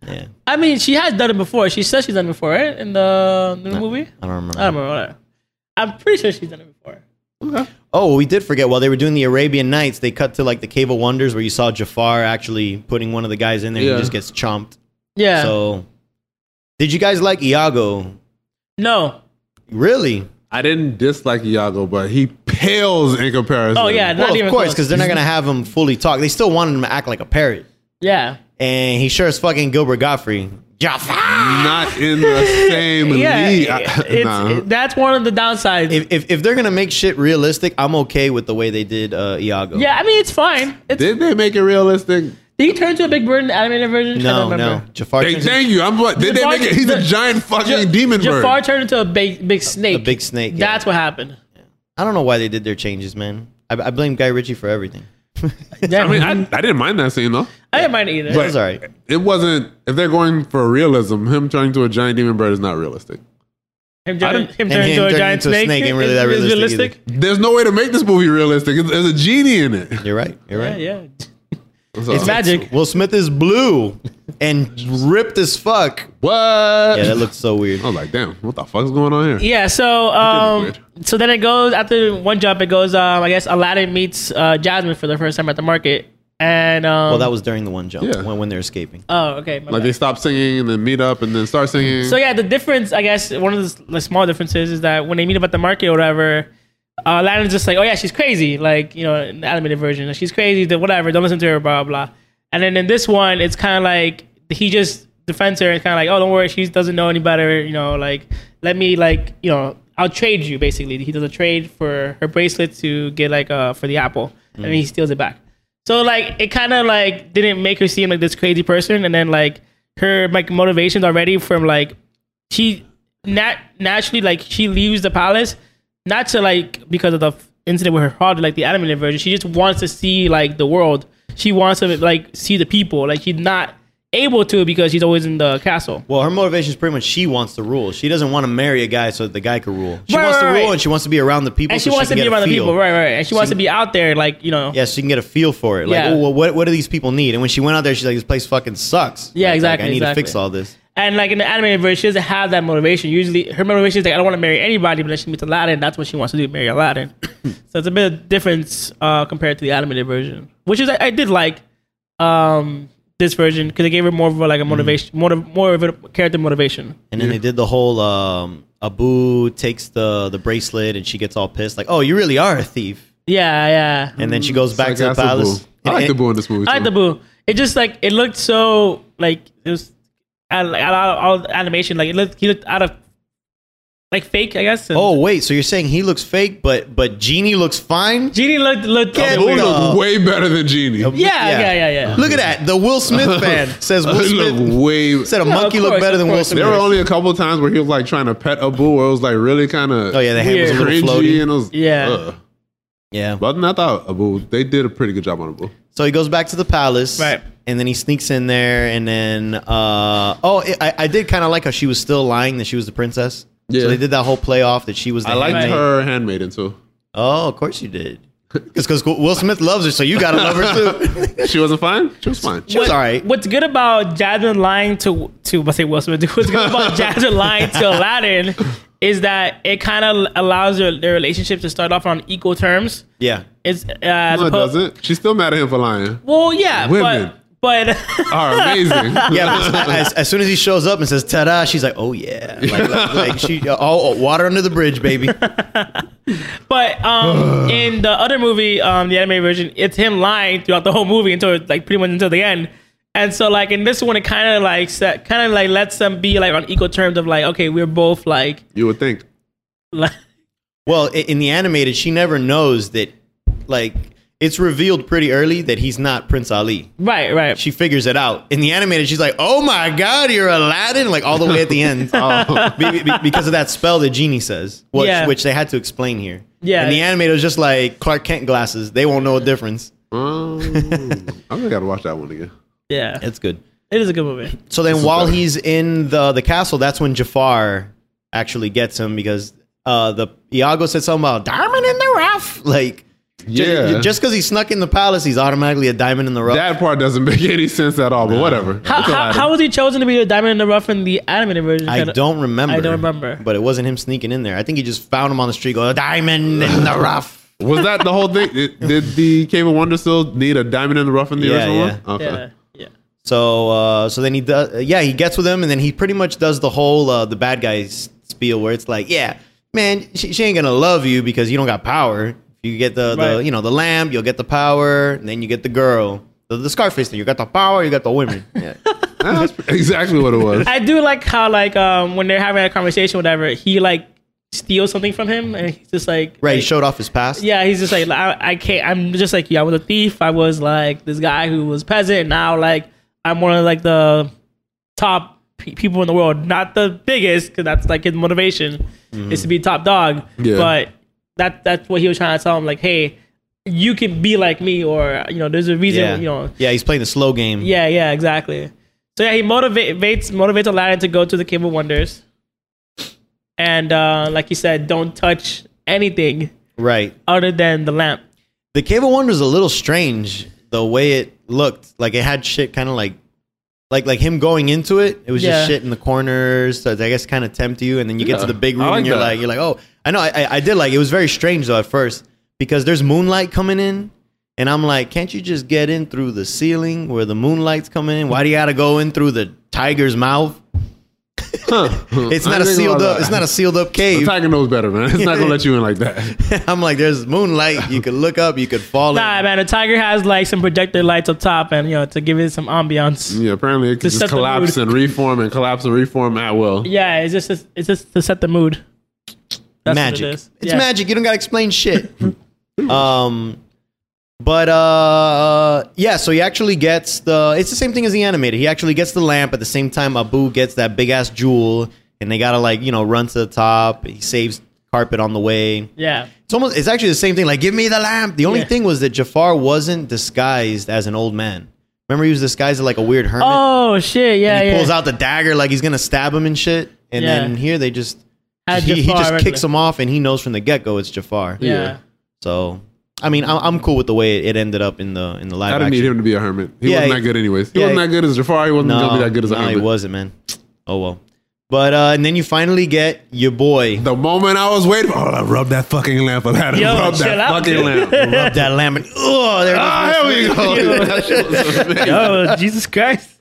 [SPEAKER 2] yeah.
[SPEAKER 1] I mean she has done it before. She says she's done it before, right? In the, in the movie,
[SPEAKER 2] I don't remember.
[SPEAKER 1] I don't remember. Whatever. I'm pretty sure she's done it before.
[SPEAKER 2] Oh, well, we did forget. While they were doing the Arabian Nights, they cut to like the Cave of Wonders where you saw Jafar actually putting one of the guys in there and
[SPEAKER 3] Yeah.
[SPEAKER 2] he just gets chomped.
[SPEAKER 1] Yeah.
[SPEAKER 2] So, did you guys like Iago?
[SPEAKER 1] no.
[SPEAKER 2] Really?
[SPEAKER 3] I didn't dislike Iago, but he pales in comparison.
[SPEAKER 1] Oh yeah.
[SPEAKER 2] Well,
[SPEAKER 1] not even
[SPEAKER 2] of course,
[SPEAKER 1] close.
[SPEAKER 2] because they're not gonna have him fully talk. They still wanted him to act like a parrot,
[SPEAKER 1] Yeah.
[SPEAKER 2] and he sure is fucking Gilbert Godfrey. Jafar.
[SPEAKER 3] not in the same
[SPEAKER 1] Yeah.
[SPEAKER 3] league. I-
[SPEAKER 1] it- it's,
[SPEAKER 3] nah.
[SPEAKER 1] it- that's one of the downsides.
[SPEAKER 2] If, if, if they're gonna make shit realistic, I'm okay with the way they did uh, Iago.
[SPEAKER 1] yeah, I mean it's fine. It's, did,
[SPEAKER 3] Did they make it realistic?
[SPEAKER 1] he turn to a big bird in the animated version? I
[SPEAKER 2] No,
[SPEAKER 1] don't
[SPEAKER 2] no.
[SPEAKER 1] remember.
[SPEAKER 2] Jafar
[SPEAKER 3] Hey,
[SPEAKER 2] turns
[SPEAKER 3] thank you. I'm what? Did they
[SPEAKER 1] Jafar-
[SPEAKER 3] make it? He's a
[SPEAKER 1] the-
[SPEAKER 3] giant fucking
[SPEAKER 1] Ja-
[SPEAKER 3] demon bird.
[SPEAKER 1] Jafar turned into a big big snake.
[SPEAKER 2] a big snake, yeah.
[SPEAKER 1] That's what happened.
[SPEAKER 2] I don't know why they did their changes, man. I, I blame Guy Ritchie for everything.
[SPEAKER 1] Yeah.
[SPEAKER 3] I mean, I, I didn't mind that scene though.
[SPEAKER 1] didn't mind it either.
[SPEAKER 2] But- It was alright.
[SPEAKER 3] It wasn't. If they're going for realism, him turning to a giant demon bird is not realistic.
[SPEAKER 1] him turning him
[SPEAKER 2] And
[SPEAKER 1] turning
[SPEAKER 2] him
[SPEAKER 1] into a
[SPEAKER 2] turning
[SPEAKER 1] giant
[SPEAKER 2] into a
[SPEAKER 1] snake.
[SPEAKER 2] snake ain't really
[SPEAKER 1] is-
[SPEAKER 2] that
[SPEAKER 1] is
[SPEAKER 2] realistic
[SPEAKER 3] There's no way to make this movie realistic. It's- There's a genie in it.
[SPEAKER 2] You're right. You're right.
[SPEAKER 1] Yeah, yeah.
[SPEAKER 3] So-
[SPEAKER 1] It's magic.
[SPEAKER 2] Will Smith is blue and ripped as fuck.
[SPEAKER 3] What?
[SPEAKER 2] Yeah, that looks so weird.
[SPEAKER 3] I was like, damn, what the fuck's going on here?
[SPEAKER 1] Yeah, so
[SPEAKER 3] It
[SPEAKER 1] um,
[SPEAKER 3] did look
[SPEAKER 1] so then it goes after one jump. It goes, um, I guess Aladdin meets uh, Jasmine for the first time at the market, and um,
[SPEAKER 2] Well, that was during the one jump
[SPEAKER 3] Yeah.
[SPEAKER 2] when, when they're escaping.
[SPEAKER 1] oh okay. my
[SPEAKER 3] Like
[SPEAKER 1] bad.
[SPEAKER 3] they stop singing and then meet up and then start singing.
[SPEAKER 1] So yeah, the difference, I guess, one of the, s- the small differences is that when they meet up at the market or whatever, uh, Aladdin's just like, oh yeah, she's crazy, like you know, in the animated version, she's crazy, th- whatever, don't listen to her, blah blah. And then in this one, it's kind of like he just defends her and kind of like, oh, don't worry, she doesn't know any better, you know, like let me like you know, I'll trade you basically. He does a trade for her bracelet to get like uh for the apple, and then he steals it back. So like it kind of like didn't make her seem like this crazy person, and then like her like motivations already from like she nat naturally like she leaves the palace not to like because of the f- incident with her father, like the animated version. She just wants to see like the world. She wants to like see the people. Like she's not able to because she's always in the castle.
[SPEAKER 2] Well, her motivation is pretty much she wants to rule. She doesn't want to marry a guy so that the guy could rule. She
[SPEAKER 1] Right,
[SPEAKER 2] wants
[SPEAKER 1] right,
[SPEAKER 2] to rule
[SPEAKER 1] right.
[SPEAKER 2] and she wants to be around the people.
[SPEAKER 1] And she
[SPEAKER 2] so
[SPEAKER 1] wants
[SPEAKER 2] she
[SPEAKER 1] to be
[SPEAKER 2] can get a
[SPEAKER 1] around the
[SPEAKER 2] feel.
[SPEAKER 1] people, right, right. And she wants to be out there, like you know.
[SPEAKER 2] Yeah, so she can get a feel for it. Like,
[SPEAKER 1] Yeah.
[SPEAKER 2] oh, well, what, what do these people need? And when she went out there, she's like, this place fucking sucks.
[SPEAKER 1] Yeah,
[SPEAKER 2] Like,
[SPEAKER 1] exactly,
[SPEAKER 2] Like, I need
[SPEAKER 1] exactly.
[SPEAKER 2] to fix all this.
[SPEAKER 1] And like in the animated version, she doesn't have that motivation. Usually, her motivation is like, I don't want to marry anybody, but then she meets Aladdin. That's what she wants to do, marry Aladdin. so it's a bit of difference uh, compared to the animated version, which is I, I did like um, this version because it gave her more of a, like a motivation, more of- more of a character motivation.
[SPEAKER 2] And then they did the whole um, Abu takes the, the bracelet and she gets all pissed. Like, oh, you really are a thief.
[SPEAKER 1] Yeah, yeah.
[SPEAKER 2] And then she goes back to the
[SPEAKER 3] Sarcastic
[SPEAKER 2] palace.
[SPEAKER 3] Boo. I like
[SPEAKER 2] And-
[SPEAKER 3] the boo in this movie.
[SPEAKER 1] I like
[SPEAKER 3] too.
[SPEAKER 1] the boo. It just like it looked so like it was out of, out of all the animation. Like it looked he looked out of like fake, I guess. And
[SPEAKER 2] Oh wait, so you're saying he looks fake, but but Genie looks fine?
[SPEAKER 1] Genie looked looked.
[SPEAKER 2] Get
[SPEAKER 3] Boo
[SPEAKER 2] Wait,
[SPEAKER 3] looked
[SPEAKER 2] uh,
[SPEAKER 3] way better than Genie. He
[SPEAKER 1] yeah, yeah, yeah, yeah.
[SPEAKER 2] Look at that. The Will Smith fan says Will
[SPEAKER 3] looked
[SPEAKER 2] Smith
[SPEAKER 3] way.
[SPEAKER 2] said a
[SPEAKER 1] Yeah, of
[SPEAKER 2] monkey
[SPEAKER 1] course,
[SPEAKER 2] looked better
[SPEAKER 1] of
[SPEAKER 2] than Will
[SPEAKER 1] course.
[SPEAKER 2] Smith.
[SPEAKER 3] There were only a couple times where he was like trying to pet a boo, where it was like really kind of
[SPEAKER 2] oh yeah, the hand was a
[SPEAKER 1] Weird.
[SPEAKER 2] little
[SPEAKER 3] cringy,
[SPEAKER 2] floaty.
[SPEAKER 3] and it was
[SPEAKER 1] Yeah.
[SPEAKER 3] ugh.
[SPEAKER 2] Yeah.
[SPEAKER 3] But other than that, I thought Abu they did a pretty good job on Abu.
[SPEAKER 2] So he goes back to the palace,
[SPEAKER 1] Right.
[SPEAKER 2] And then he sneaks in there, and then uh, oh, it, I, I did kind of like how she was still lying that she was the princess.
[SPEAKER 3] Yeah.
[SPEAKER 2] So they did that whole play off that she was. The
[SPEAKER 3] I liked
[SPEAKER 2] handmaid.
[SPEAKER 3] her handmaiden too.
[SPEAKER 2] Oh, of course you did. Because Will Smith loves her, so you gotta love her too.
[SPEAKER 3] She wasn't fine. She was fine.
[SPEAKER 2] She was all right.
[SPEAKER 1] What's good about Jasmine lying to to I say Will Smith? What's good about Jasmine lying to Aladdin is that it kind of allows their, their relationship to start off on equal terms.
[SPEAKER 2] Yeah.
[SPEAKER 1] It's uh, as
[SPEAKER 3] No, it
[SPEAKER 1] oppo-
[SPEAKER 3] doesn't. She's still mad at him for lying.
[SPEAKER 1] Well, yeah,
[SPEAKER 3] Women.
[SPEAKER 1] but but
[SPEAKER 3] Are amazing.
[SPEAKER 2] Yeah, but as, as soon as he shows up and uh, says "ta-da," she's like, "Oh yeah!" Like, like, like she, oh, oh, water under the bridge, baby.
[SPEAKER 1] But um, in the other movie, um, the anime version, it's him lying throughout the whole movie until like pretty much until the end. And so like in this one, it kind of like set, kind of like lets them be like on equal terms of like okay, we're both like,
[SPEAKER 3] You would think.
[SPEAKER 1] like
[SPEAKER 2] Well, i- in the animated, she never knows that, like, it's revealed pretty early that he's not Prince Ali.
[SPEAKER 1] right, right.
[SPEAKER 2] She figures it out. In the animated, she's like, oh my God, you're Aladdin, like all the way at the end. Be- be- because of that spell that Genie says, which,
[SPEAKER 1] Oh. Yeah.
[SPEAKER 2] which they had to explain here.
[SPEAKER 1] Yeah.
[SPEAKER 2] In the animated, it was just like Clark Kent glasses. They won't know a difference.
[SPEAKER 3] Um, I really got to watch that one again.
[SPEAKER 1] yeah,
[SPEAKER 2] It's good.
[SPEAKER 1] it is a good movie.
[SPEAKER 2] So then,
[SPEAKER 3] is
[SPEAKER 2] while
[SPEAKER 3] better.
[SPEAKER 2] he's in the the castle, that's when Jafar actually gets him because uh, the Iago said something about diamond in the rough. Like, j-
[SPEAKER 3] Yeah.
[SPEAKER 2] j- just because he snuck in the palace, he's automatically a diamond in the rough.
[SPEAKER 3] That part doesn't make any sense at all, but whatever.
[SPEAKER 1] How,
[SPEAKER 3] It's all
[SPEAKER 1] how,
[SPEAKER 3] right.
[SPEAKER 1] how was he chosen to be a diamond in the rough in the animated version?
[SPEAKER 2] I
[SPEAKER 1] Kinda-
[SPEAKER 2] don't remember.
[SPEAKER 1] I don't remember.
[SPEAKER 2] But it wasn't him sneaking in there. I think he just found him on the street, going diamond in the rough.
[SPEAKER 3] was that the whole thing? It- did the Cave of Wonder still need a diamond in the rough in the
[SPEAKER 2] Yeah,
[SPEAKER 3] original
[SPEAKER 2] yeah.
[SPEAKER 3] one? Okay.
[SPEAKER 1] Yeah, yeah.
[SPEAKER 2] So, uh, so then he does. yeah, he gets with him, and then he pretty much does the whole uh, the bad guys spiel, where it's like, yeah, man, she, she ain't gonna love you because you don't got power. You get the, the
[SPEAKER 1] Right.
[SPEAKER 2] you know the lamp, you'll get the power, and then you get the girl, the, the Scarface thing. You got the power, you got the women. Yeah.
[SPEAKER 3] Ah, That's exactly what it was.
[SPEAKER 1] I do like how like um when they're having a conversation, whatever, he like steals something from him, and he's just like
[SPEAKER 2] right. He
[SPEAKER 1] like,
[SPEAKER 2] showed off his past.
[SPEAKER 1] Yeah, he's just like I, I can't. I'm just like yeah, I was a thief. I was like this guy who was peasant. Now like I'm one of like the top pe- people in the world, not the biggest, because that's like his motivation
[SPEAKER 2] Mm-hmm.
[SPEAKER 1] is to be top dog.
[SPEAKER 3] Yeah.
[SPEAKER 1] But that that's what he was trying to tell him. Like, hey, you can be like me, or you know, there's a reason.
[SPEAKER 2] yeah.
[SPEAKER 1] You know,
[SPEAKER 2] Yeah, he's playing the slow game.
[SPEAKER 1] yeah, yeah, exactly. So yeah, he motivates motivates Aladdin to go to the Cave of Wonders, and uh, like he said, don't touch anything
[SPEAKER 2] Right.
[SPEAKER 1] other than the lamp.
[SPEAKER 2] The Cave of Wonders is a little strange the way it looked. Like it had shit kind of like like like him going into it, it was
[SPEAKER 1] Yeah.
[SPEAKER 2] just shit in the corners. So I guess kind of tempt you, and then you get
[SPEAKER 3] Yeah,
[SPEAKER 2] to the big
[SPEAKER 3] I
[SPEAKER 2] room,
[SPEAKER 3] like
[SPEAKER 2] and you're
[SPEAKER 3] that.
[SPEAKER 2] like you're like, oh, I know, I, I I did like it was very strange though at first because there's moonlight coming in, and I'm like, can't you just get in through the ceiling where the moonlight's coming in? Why do you gotta go in through the tiger's mouth? It's
[SPEAKER 3] I
[SPEAKER 2] not a
[SPEAKER 3] think about
[SPEAKER 2] sealed up.
[SPEAKER 3] that.
[SPEAKER 2] It's not a sealed up cave.
[SPEAKER 3] Tiger knows better, man. It's not gonna let you in like that.
[SPEAKER 2] I'm like, there's moonlight. You could look up. You could fall.
[SPEAKER 1] Nah,
[SPEAKER 2] in.
[SPEAKER 1] man, the tiger has like some projector lights up top, and you know to give it some ambiance.
[SPEAKER 3] Yeah, apparently it can
[SPEAKER 1] Just
[SPEAKER 3] just
[SPEAKER 1] set the mood.
[SPEAKER 3] collapse and reform and collapse and reform at will.
[SPEAKER 1] Yeah, it's just it's just to set the mood. That's what
[SPEAKER 2] magic.
[SPEAKER 1] it is.
[SPEAKER 2] It's
[SPEAKER 1] Yeah.
[SPEAKER 2] magic. You don't gotta explain shit. um, but uh, yeah. So he actually gets the. It's the same thing as the animated. He actually gets the lamp at the same time. Abu gets that big ass jewel, and they gotta like you know run to the top. He saves carpet on the way.
[SPEAKER 1] Yeah,
[SPEAKER 2] It's almost. It's actually the same thing. Like, give me the lamp. The only
[SPEAKER 1] Yeah.
[SPEAKER 2] thing was that Jafar wasn't disguised as an old man. Remember, he was disguised as like a weird hermit.
[SPEAKER 1] Oh shit! Yeah,
[SPEAKER 2] he
[SPEAKER 1] yeah.
[SPEAKER 2] pulls out the dagger like he's gonna stab him and shit. And
[SPEAKER 1] Yeah.
[SPEAKER 2] then here they just
[SPEAKER 1] Had
[SPEAKER 2] he, he
[SPEAKER 1] Jafar
[SPEAKER 2] just
[SPEAKER 1] regular.
[SPEAKER 2] kicks him off, and he knows from the get go it's Jafar.
[SPEAKER 1] Yeah.
[SPEAKER 3] Yeah.
[SPEAKER 2] So I mean, I- I'm cool with the way it ended up in the in the live
[SPEAKER 3] I didn't
[SPEAKER 2] action.
[SPEAKER 3] need him to be a hermit. He
[SPEAKER 2] Yeah,
[SPEAKER 3] wasn't
[SPEAKER 2] he-
[SPEAKER 3] that good anyways. He
[SPEAKER 2] yeah,
[SPEAKER 3] wasn't
[SPEAKER 2] he-
[SPEAKER 3] that good as Jafar. He wasn't gonna be that good as a
[SPEAKER 2] no, he
[SPEAKER 3] hermit.
[SPEAKER 2] wasn't, man. Oh well. But uh, and then you finally get your boy.
[SPEAKER 3] The moment I was waiting for, oh, I rubbed that fucking lamp. I had to
[SPEAKER 1] Yo,
[SPEAKER 3] rub that
[SPEAKER 1] chill out,
[SPEAKER 3] fucking
[SPEAKER 1] dude.
[SPEAKER 3] lamp.
[SPEAKER 2] Rub that lamb and oh, there it goes.
[SPEAKER 3] Ah, here we go. That shit was amazing.
[SPEAKER 1] Oh Jesus Christ!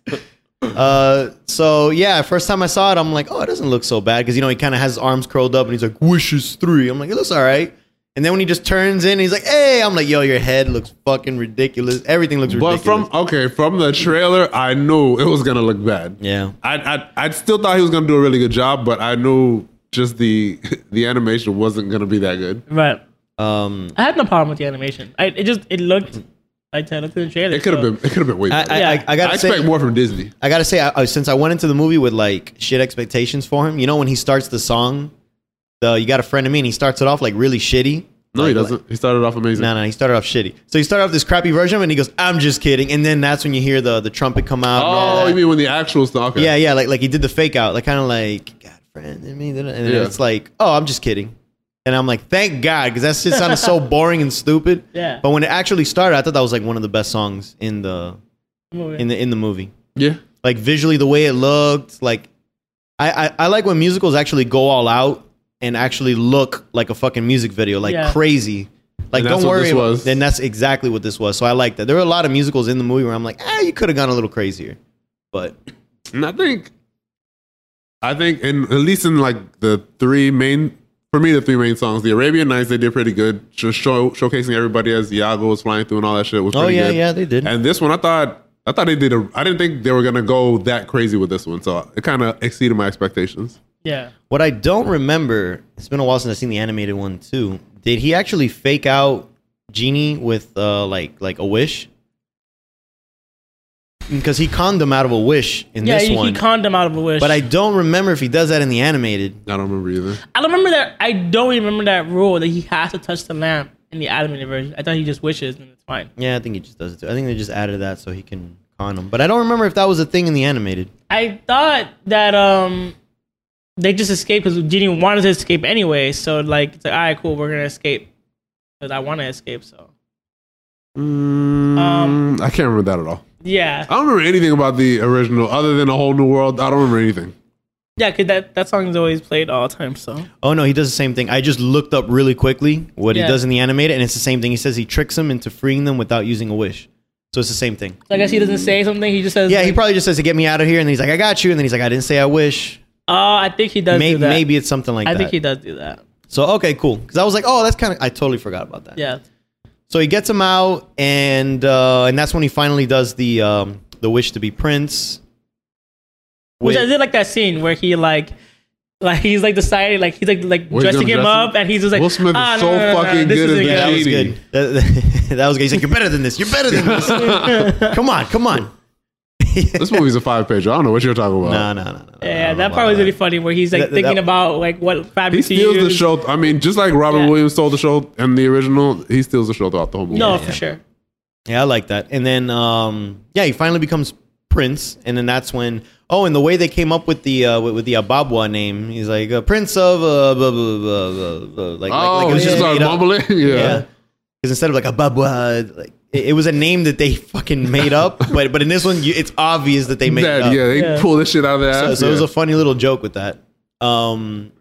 [SPEAKER 2] Uh, so yeah, first time I saw it, I'm like, oh, it doesn't look so bad because you know he kind of has his arms curled up and he's like, wishes three. I'm like, it looks all right. And then when he just turns in, he's like, hey, I'm like, yo, your head looks fucking ridiculous. Everything looks
[SPEAKER 3] But
[SPEAKER 2] ridiculous.
[SPEAKER 3] from okay, from the trailer, I knew it was gonna look bad.
[SPEAKER 2] yeah,
[SPEAKER 3] I, I I still thought he was gonna do a really good job, but I knew just the the animation wasn't gonna be that good.
[SPEAKER 1] Right.
[SPEAKER 2] um,
[SPEAKER 1] I had no problem with the animation. I it just it looked like that in the trailer.
[SPEAKER 3] It could have
[SPEAKER 1] so-
[SPEAKER 3] been it could have been way.
[SPEAKER 2] I,
[SPEAKER 3] better.
[SPEAKER 2] I, I, I
[SPEAKER 3] I,
[SPEAKER 2] gotta
[SPEAKER 3] expect
[SPEAKER 2] say,
[SPEAKER 3] more from Disney.
[SPEAKER 2] I gotta say, I, I- since I went into the movie with like shit expectations for him, you know, when he starts the song, the "You Got a Friend of Me," and he starts it off like really shitty.
[SPEAKER 3] No, he doesn't. he started off amazing.
[SPEAKER 2] No, no, he started off shitty. So he started off this crappy version, and he goes, "I'm just kidding," and then that's when you hear the the trumpet come out. and all
[SPEAKER 3] Oh,
[SPEAKER 2] that.
[SPEAKER 3] you mean when the actual stuff? Okay.
[SPEAKER 2] yeah, yeah, like like he did the fake out, like kind of like "God, friend of me," and then
[SPEAKER 3] Yeah.
[SPEAKER 2] it's like, "Oh, I'm just kidding," and I'm like, "Thank God," because that shit sounded so boring and stupid.
[SPEAKER 1] Yeah.
[SPEAKER 2] But when it actually started, I thought that was like one of the best songs in the
[SPEAKER 1] movie.
[SPEAKER 2] in the in the movie
[SPEAKER 3] yeah.
[SPEAKER 2] like visually the way it looked like I, I i like when musicals actually go all out and actually look like a fucking music video like
[SPEAKER 1] Yeah.
[SPEAKER 2] crazy like
[SPEAKER 3] And that's
[SPEAKER 2] don't
[SPEAKER 3] what
[SPEAKER 2] worry
[SPEAKER 3] this
[SPEAKER 2] about-
[SPEAKER 3] was.
[SPEAKER 2] and that's exactly what this was so i like that there were a lot of musicals in the movie where i'm like ah you could have gone a little crazier but
[SPEAKER 3] And I think, I think, in at least in like the three main for me, the three main songs, the Arabian Nights, they did pretty good. Just show, showcasing everybody as Iago was flying through and all that shit was
[SPEAKER 2] Oh,
[SPEAKER 3] pretty
[SPEAKER 2] yeah,
[SPEAKER 3] good.
[SPEAKER 2] yeah, they did.
[SPEAKER 3] And this one, I thought, I thought they did. A, I didn't think they were gonna go that crazy with this one, so it kind of exceeded my expectations.
[SPEAKER 1] Yeah.
[SPEAKER 2] What I don't remember, it's been a while since I've seen the animated one too. Did he actually fake out Genie with uh, like like a wish? Because he conned him out of a wish in
[SPEAKER 1] Yeah,
[SPEAKER 2] this
[SPEAKER 1] he, he
[SPEAKER 2] one.
[SPEAKER 1] conned him out of a wish.
[SPEAKER 2] but I don't remember if he does that in the animated.
[SPEAKER 3] I don't remember either.
[SPEAKER 1] I don't remember that. I don't remember that rule that he has to touch the lamp in the animated version. I thought he just wishes and it's fine.
[SPEAKER 2] Yeah, I think he just does it too. I think they just added that so he can con him. But I don't remember if that was a thing in the animated.
[SPEAKER 1] I thought that um they just escaped because Genie wanted to escape anyway. So like, it's like, all right, cool, we're gonna escape because I want to escape. So
[SPEAKER 3] Um, I can't remember that at all.
[SPEAKER 1] yeah,
[SPEAKER 3] I don't remember anything about the original other than a whole new world. I don't remember anything.
[SPEAKER 1] yeah, because that that song is always played all the time. So
[SPEAKER 2] Oh no, he does the same thing. I just looked up really quickly what
[SPEAKER 1] Yeah.
[SPEAKER 2] he does in the animated, and it's the same thing. He says he tricks him into freeing them without using a wish. So it's the same thing.
[SPEAKER 1] I guess he doesn't say something. He just says,
[SPEAKER 2] Yeah, he
[SPEAKER 1] like,
[SPEAKER 2] probably just says to get me out of here, and then he's like, "I got you," and then he's like, "I didn't say I wish."
[SPEAKER 1] Uh, I think he does.
[SPEAKER 2] Maybe,
[SPEAKER 1] do that.
[SPEAKER 2] maybe it's something like
[SPEAKER 1] I
[SPEAKER 2] that.
[SPEAKER 1] think he does do that.
[SPEAKER 2] so okay, cool. Because I was like, "Oh, that's kind of." I totally forgot about that.
[SPEAKER 1] Yeah.
[SPEAKER 2] So he gets him out, and uh, and that's when he finally does the um, the wish to be prince.
[SPEAKER 1] Which I
[SPEAKER 2] Wait.
[SPEAKER 1] did like that scene where he like, like he's like deciding like he's like like
[SPEAKER 3] Where he's
[SPEAKER 1] dressing
[SPEAKER 3] gonna
[SPEAKER 1] him
[SPEAKER 3] dress him-
[SPEAKER 1] up and he's just like
[SPEAKER 3] Will Smith is
[SPEAKER 1] "Ah, no,
[SPEAKER 3] so
[SPEAKER 1] no, no, no,
[SPEAKER 3] fucking
[SPEAKER 1] this
[SPEAKER 3] good
[SPEAKER 1] isn't
[SPEAKER 3] as
[SPEAKER 2] Yeah, that was
[SPEAKER 3] Genie.
[SPEAKER 2] good. That, that- that was good. He's like, "You're better than this. You're better than this. come on, come on."
[SPEAKER 3] This movie's a five page. I don't know what you're talking about.
[SPEAKER 2] No, no, no, no. no
[SPEAKER 1] Yeah,
[SPEAKER 3] Oh
[SPEAKER 2] no,
[SPEAKER 1] that
[SPEAKER 2] no,
[SPEAKER 1] part was
[SPEAKER 2] no.
[SPEAKER 1] really funny where he's like
[SPEAKER 2] That- that-
[SPEAKER 1] thinking
[SPEAKER 2] that-
[SPEAKER 1] about like what
[SPEAKER 3] He
[SPEAKER 1] fabric to
[SPEAKER 3] steals the
[SPEAKER 1] use.
[SPEAKER 3] show. I mean, just like Robin
[SPEAKER 1] Yeah.
[SPEAKER 3] Williams stole the show in the original, he steals the show throughout the whole movie.
[SPEAKER 1] No, for sure.
[SPEAKER 2] Yeah, I like that. And then, um, yeah, he finally becomes Prince, and then that's when. Oh, and the way they came up with the uh, with, with the Ababwa name, he's like uh, Prince of uh, blah, blah, blah, blah, blah, like,
[SPEAKER 3] Oh,
[SPEAKER 2] like, like it was
[SPEAKER 3] he
[SPEAKER 2] just
[SPEAKER 3] started
[SPEAKER 2] made up.
[SPEAKER 3] mumbling. Yeah.
[SPEAKER 2] Yeah, because instead of like Ababwa, like it, it was a name that they fucking made up. but but in this one, you, it's obvious that they made it
[SPEAKER 3] That,
[SPEAKER 2] up.
[SPEAKER 3] yeah, they
[SPEAKER 1] Yeah.
[SPEAKER 3] pull this shit out of their
[SPEAKER 2] So,
[SPEAKER 3] ass.
[SPEAKER 2] so it was
[SPEAKER 3] yeah.
[SPEAKER 2] a funny little joke with that. Um,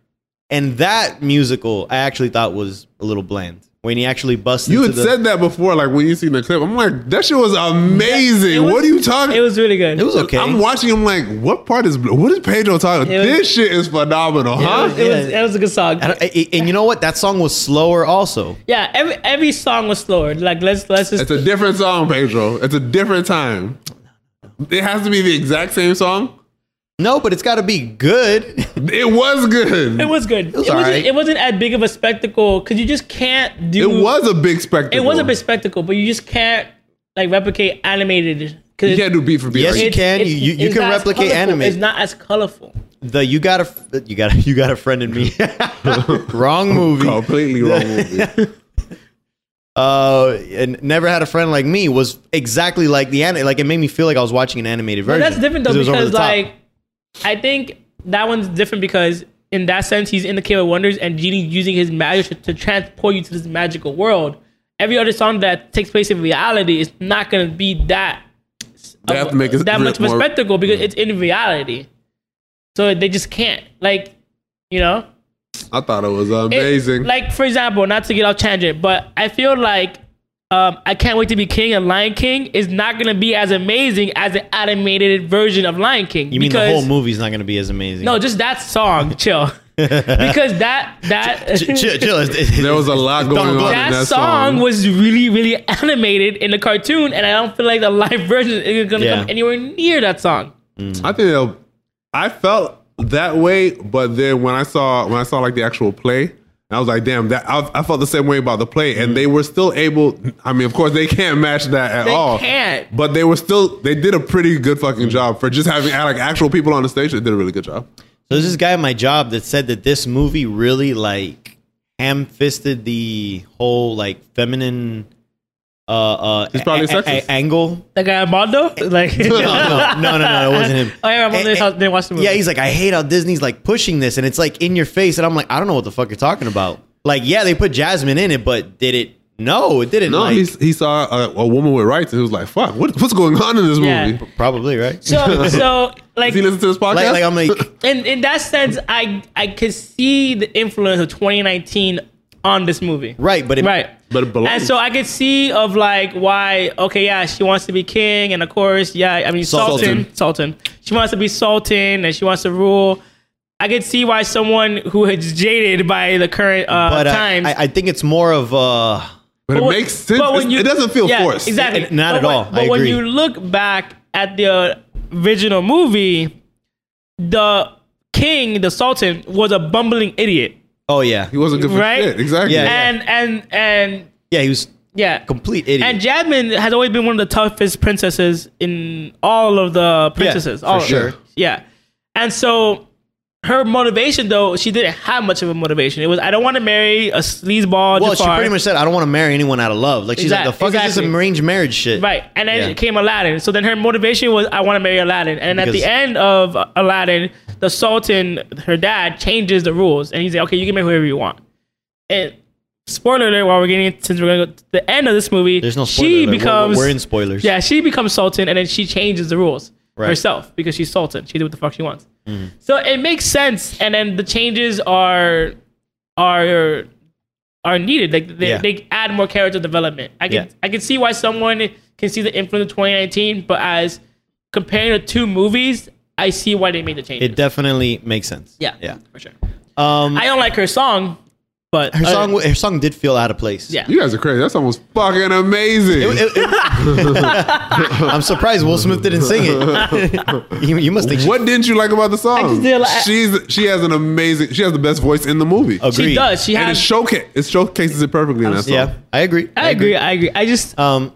[SPEAKER 2] and that musical, I actually thought was a little bland when he actually busted.
[SPEAKER 3] you
[SPEAKER 2] into
[SPEAKER 3] had
[SPEAKER 2] the,
[SPEAKER 3] said that before, like when you seen the clip. I'm like, that shit was amazing.
[SPEAKER 1] It was-
[SPEAKER 3] what are you talking?
[SPEAKER 1] It was really good.
[SPEAKER 2] it was okay.
[SPEAKER 3] I'm watching. I'm like, what part is? What is Pedro talking?
[SPEAKER 1] It was-
[SPEAKER 3] this shit is phenomenal,
[SPEAKER 1] It was,
[SPEAKER 3] huh?
[SPEAKER 1] it was,
[SPEAKER 2] Yeah.
[SPEAKER 1] it was a good song.
[SPEAKER 2] And, I- and you know what? That song was slower, also.
[SPEAKER 1] Yeah, every every song was slower. Like let's let's just
[SPEAKER 3] It's a different song, Pedro. It's a different time. It has to be the exact same song.
[SPEAKER 2] No, but it's got to be good.
[SPEAKER 3] It was good.
[SPEAKER 1] it was good. It, was
[SPEAKER 2] was
[SPEAKER 1] not
[SPEAKER 2] alright.
[SPEAKER 1] it wasn't as big of a spectacle because you just can't
[SPEAKER 3] It
[SPEAKER 1] do.
[SPEAKER 3] was a big spectacle.
[SPEAKER 1] It was a big spectacle, but you just can't like replicate animated. Cause
[SPEAKER 3] You can't do beat for beat.
[SPEAKER 2] Yes,
[SPEAKER 3] right?
[SPEAKER 2] you can. You- you- you
[SPEAKER 1] it's
[SPEAKER 2] can
[SPEAKER 1] not as
[SPEAKER 2] replicate
[SPEAKER 1] colorful.
[SPEAKER 2] animated.
[SPEAKER 1] It's not as colorful.
[SPEAKER 2] the you got a you got a, you got a friend in me. Wrong
[SPEAKER 3] Oh,
[SPEAKER 2] movie.
[SPEAKER 3] Completely wrong movie.
[SPEAKER 2] Uh, and never had a friend like me was exactly like the anime. Like it made me feel like I was watching an animated
[SPEAKER 1] But
[SPEAKER 2] version.
[SPEAKER 1] that's different though
[SPEAKER 2] it was over
[SPEAKER 1] because
[SPEAKER 2] the top.
[SPEAKER 1] like I think that one's different because in that sense he's in the Cave of Wonders and Genie's using his magic to, to transport you to this magical world. Every other song that takes place in reality is not gonna be that
[SPEAKER 3] They have to make it
[SPEAKER 1] that much of a
[SPEAKER 3] more- Mm.
[SPEAKER 1] spectacle because it's in reality. So they just can't like you know
[SPEAKER 3] I thought it was
[SPEAKER 1] it-
[SPEAKER 3] amazing.
[SPEAKER 1] like for example, not to get off tangent, but I feel like um, I can't wait to be king and Lion King is not gonna be as amazing as the animated version of Lion King.
[SPEAKER 2] you mean the whole movie's not going to be as amazing?
[SPEAKER 1] No, just that song, chill. because that that
[SPEAKER 2] Ch- chill, chill. It's- it's-
[SPEAKER 3] there was a lot going on
[SPEAKER 2] Donald
[SPEAKER 3] in
[SPEAKER 2] Glover.
[SPEAKER 1] that,
[SPEAKER 3] that
[SPEAKER 1] song,
[SPEAKER 3] song.
[SPEAKER 1] was really really animated in the cartoon, and I don't feel like the live version is gonna
[SPEAKER 2] Yeah.
[SPEAKER 1] come anywhere near that song.
[SPEAKER 3] I think they'll- I felt that way, but then when I saw when I saw like the actual play, I was like, damn, that I, I felt the same way about the play, and they were still able. I mean, of course, they can't match that at
[SPEAKER 1] They
[SPEAKER 3] all.
[SPEAKER 1] can't.
[SPEAKER 3] But they were still they did a pretty good fucking job for just having like actual people on the stage. They did a really good job.
[SPEAKER 2] So there's this guy at my job that said that this movie really like ham fisted the whole like feminine uh uh
[SPEAKER 3] He's probably sexist.
[SPEAKER 2] angle.
[SPEAKER 1] That guy Armando, like
[SPEAKER 2] No, no, no, no, no, it wasn't him.
[SPEAKER 1] Oh yeah, Armando
[SPEAKER 2] A- a-
[SPEAKER 1] didn't watch the movie.
[SPEAKER 2] Yeah, he's like, I hate how Disney's like pushing this and it's like in your face, and I'm like, I don't know what the fuck you're talking about. Like, yeah, they put Jasmine in it, but did it no, it didn't
[SPEAKER 3] No,
[SPEAKER 2] like,
[SPEAKER 3] he he saw a, a woman with rights and he was like, fuck, what, what's going on in this
[SPEAKER 1] Yeah.
[SPEAKER 3] movie?
[SPEAKER 2] probably, right?
[SPEAKER 1] so so like
[SPEAKER 3] Does he listen to this podcast?
[SPEAKER 2] like like I'm like
[SPEAKER 1] in in that sense, I I could see the influence of 2019 on this movie.
[SPEAKER 2] Right, but it-
[SPEAKER 1] right.
[SPEAKER 3] But it belongs.
[SPEAKER 1] And so I could see of like why okay yeah she wants to be king and of course yeah I mean
[SPEAKER 2] Sultan.
[SPEAKER 1] Sultan Sultan she wants to be Sultan and she wants to rule I could see why someone who is jaded by the current uh,
[SPEAKER 2] but I,
[SPEAKER 1] times.
[SPEAKER 2] I, I think it's more of uh,
[SPEAKER 3] But, it
[SPEAKER 1] when-
[SPEAKER 3] makes sense.
[SPEAKER 1] but when
[SPEAKER 3] It's-
[SPEAKER 1] you-
[SPEAKER 3] it doesn't feel
[SPEAKER 1] yeah,
[SPEAKER 3] forced.
[SPEAKER 1] Exactly.
[SPEAKER 2] It- not
[SPEAKER 1] But
[SPEAKER 2] at
[SPEAKER 1] when-
[SPEAKER 2] all.
[SPEAKER 1] But
[SPEAKER 2] I
[SPEAKER 1] when
[SPEAKER 2] agree.
[SPEAKER 1] you look back at the original movie, the king, the sultan, was a bumbling idiot,
[SPEAKER 2] oh yeah,
[SPEAKER 3] He wasn't good for
[SPEAKER 1] Right?
[SPEAKER 3] shit. Exactly.
[SPEAKER 2] Yeah.
[SPEAKER 1] and and and
[SPEAKER 2] yeah, he was
[SPEAKER 1] yeah,
[SPEAKER 2] complete idiot.
[SPEAKER 1] And Jasmine has always been one of the toughest princesses in all of the princesses.
[SPEAKER 2] for
[SPEAKER 1] all of
[SPEAKER 2] sure.
[SPEAKER 1] them. Yeah. And so her motivation, though, she didn't have much of a motivation. It was, I don't want to marry a sleazeball.
[SPEAKER 2] well, she
[SPEAKER 1] Jafar.
[SPEAKER 2] pretty much said, "I don't want to marry anyone out of love." Like she's
[SPEAKER 1] Exact-
[SPEAKER 2] like, "The fuck is
[SPEAKER 1] exactly.
[SPEAKER 2] this arranged marriage shit?"
[SPEAKER 1] Right. And then
[SPEAKER 2] Yeah.
[SPEAKER 1] it came Aladdin. So then her motivation was, I want to marry Aladdin. And at
[SPEAKER 2] Because-
[SPEAKER 1] the end of Aladdin, the Sultan, her dad, changes the rules. And he's like, okay, you can marry whoever you want. And spoiler alert, while we're getting, since we're going to go to the end of this movie,
[SPEAKER 2] There's no spoiler.
[SPEAKER 1] she
[SPEAKER 2] alert. We're-
[SPEAKER 1] becomes.
[SPEAKER 2] we're, in spoilers.
[SPEAKER 1] Yeah, she becomes Sultan and then she changes the rules
[SPEAKER 2] Right. Mm-hmm.
[SPEAKER 1] herself because she's Sultan. She did what the fuck she wants. So it makes sense and then the changes are are are needed. Like they,
[SPEAKER 2] Yeah.
[SPEAKER 1] they add more character development. I can
[SPEAKER 2] Yeah.
[SPEAKER 1] I can see why someone can see the influence of 2019, but as comparing the two movies, I see why they made the changes.
[SPEAKER 2] it definitely makes sense.
[SPEAKER 1] yeah.
[SPEAKER 2] yeah.
[SPEAKER 1] For sure.
[SPEAKER 2] Um,
[SPEAKER 1] I don't like her song, but
[SPEAKER 2] her
[SPEAKER 1] uh,
[SPEAKER 2] song, her song did feel out of place.
[SPEAKER 1] Yeah.
[SPEAKER 3] You guys are crazy. That song was fucking amazing.
[SPEAKER 2] It- it- it- I'm surprised Will Smith didn't sing it. you, you must think she-
[SPEAKER 3] what didn't you like about the song?
[SPEAKER 1] just did like-
[SPEAKER 3] She's she has an amazing. She has the best voice in the movie.
[SPEAKER 2] Agreed.
[SPEAKER 1] she does. She
[SPEAKER 3] And it
[SPEAKER 1] has
[SPEAKER 3] showcase it showcases it perfectly in that song.
[SPEAKER 2] Yeah, I agree.
[SPEAKER 1] I agree, I agree. I just
[SPEAKER 2] Um,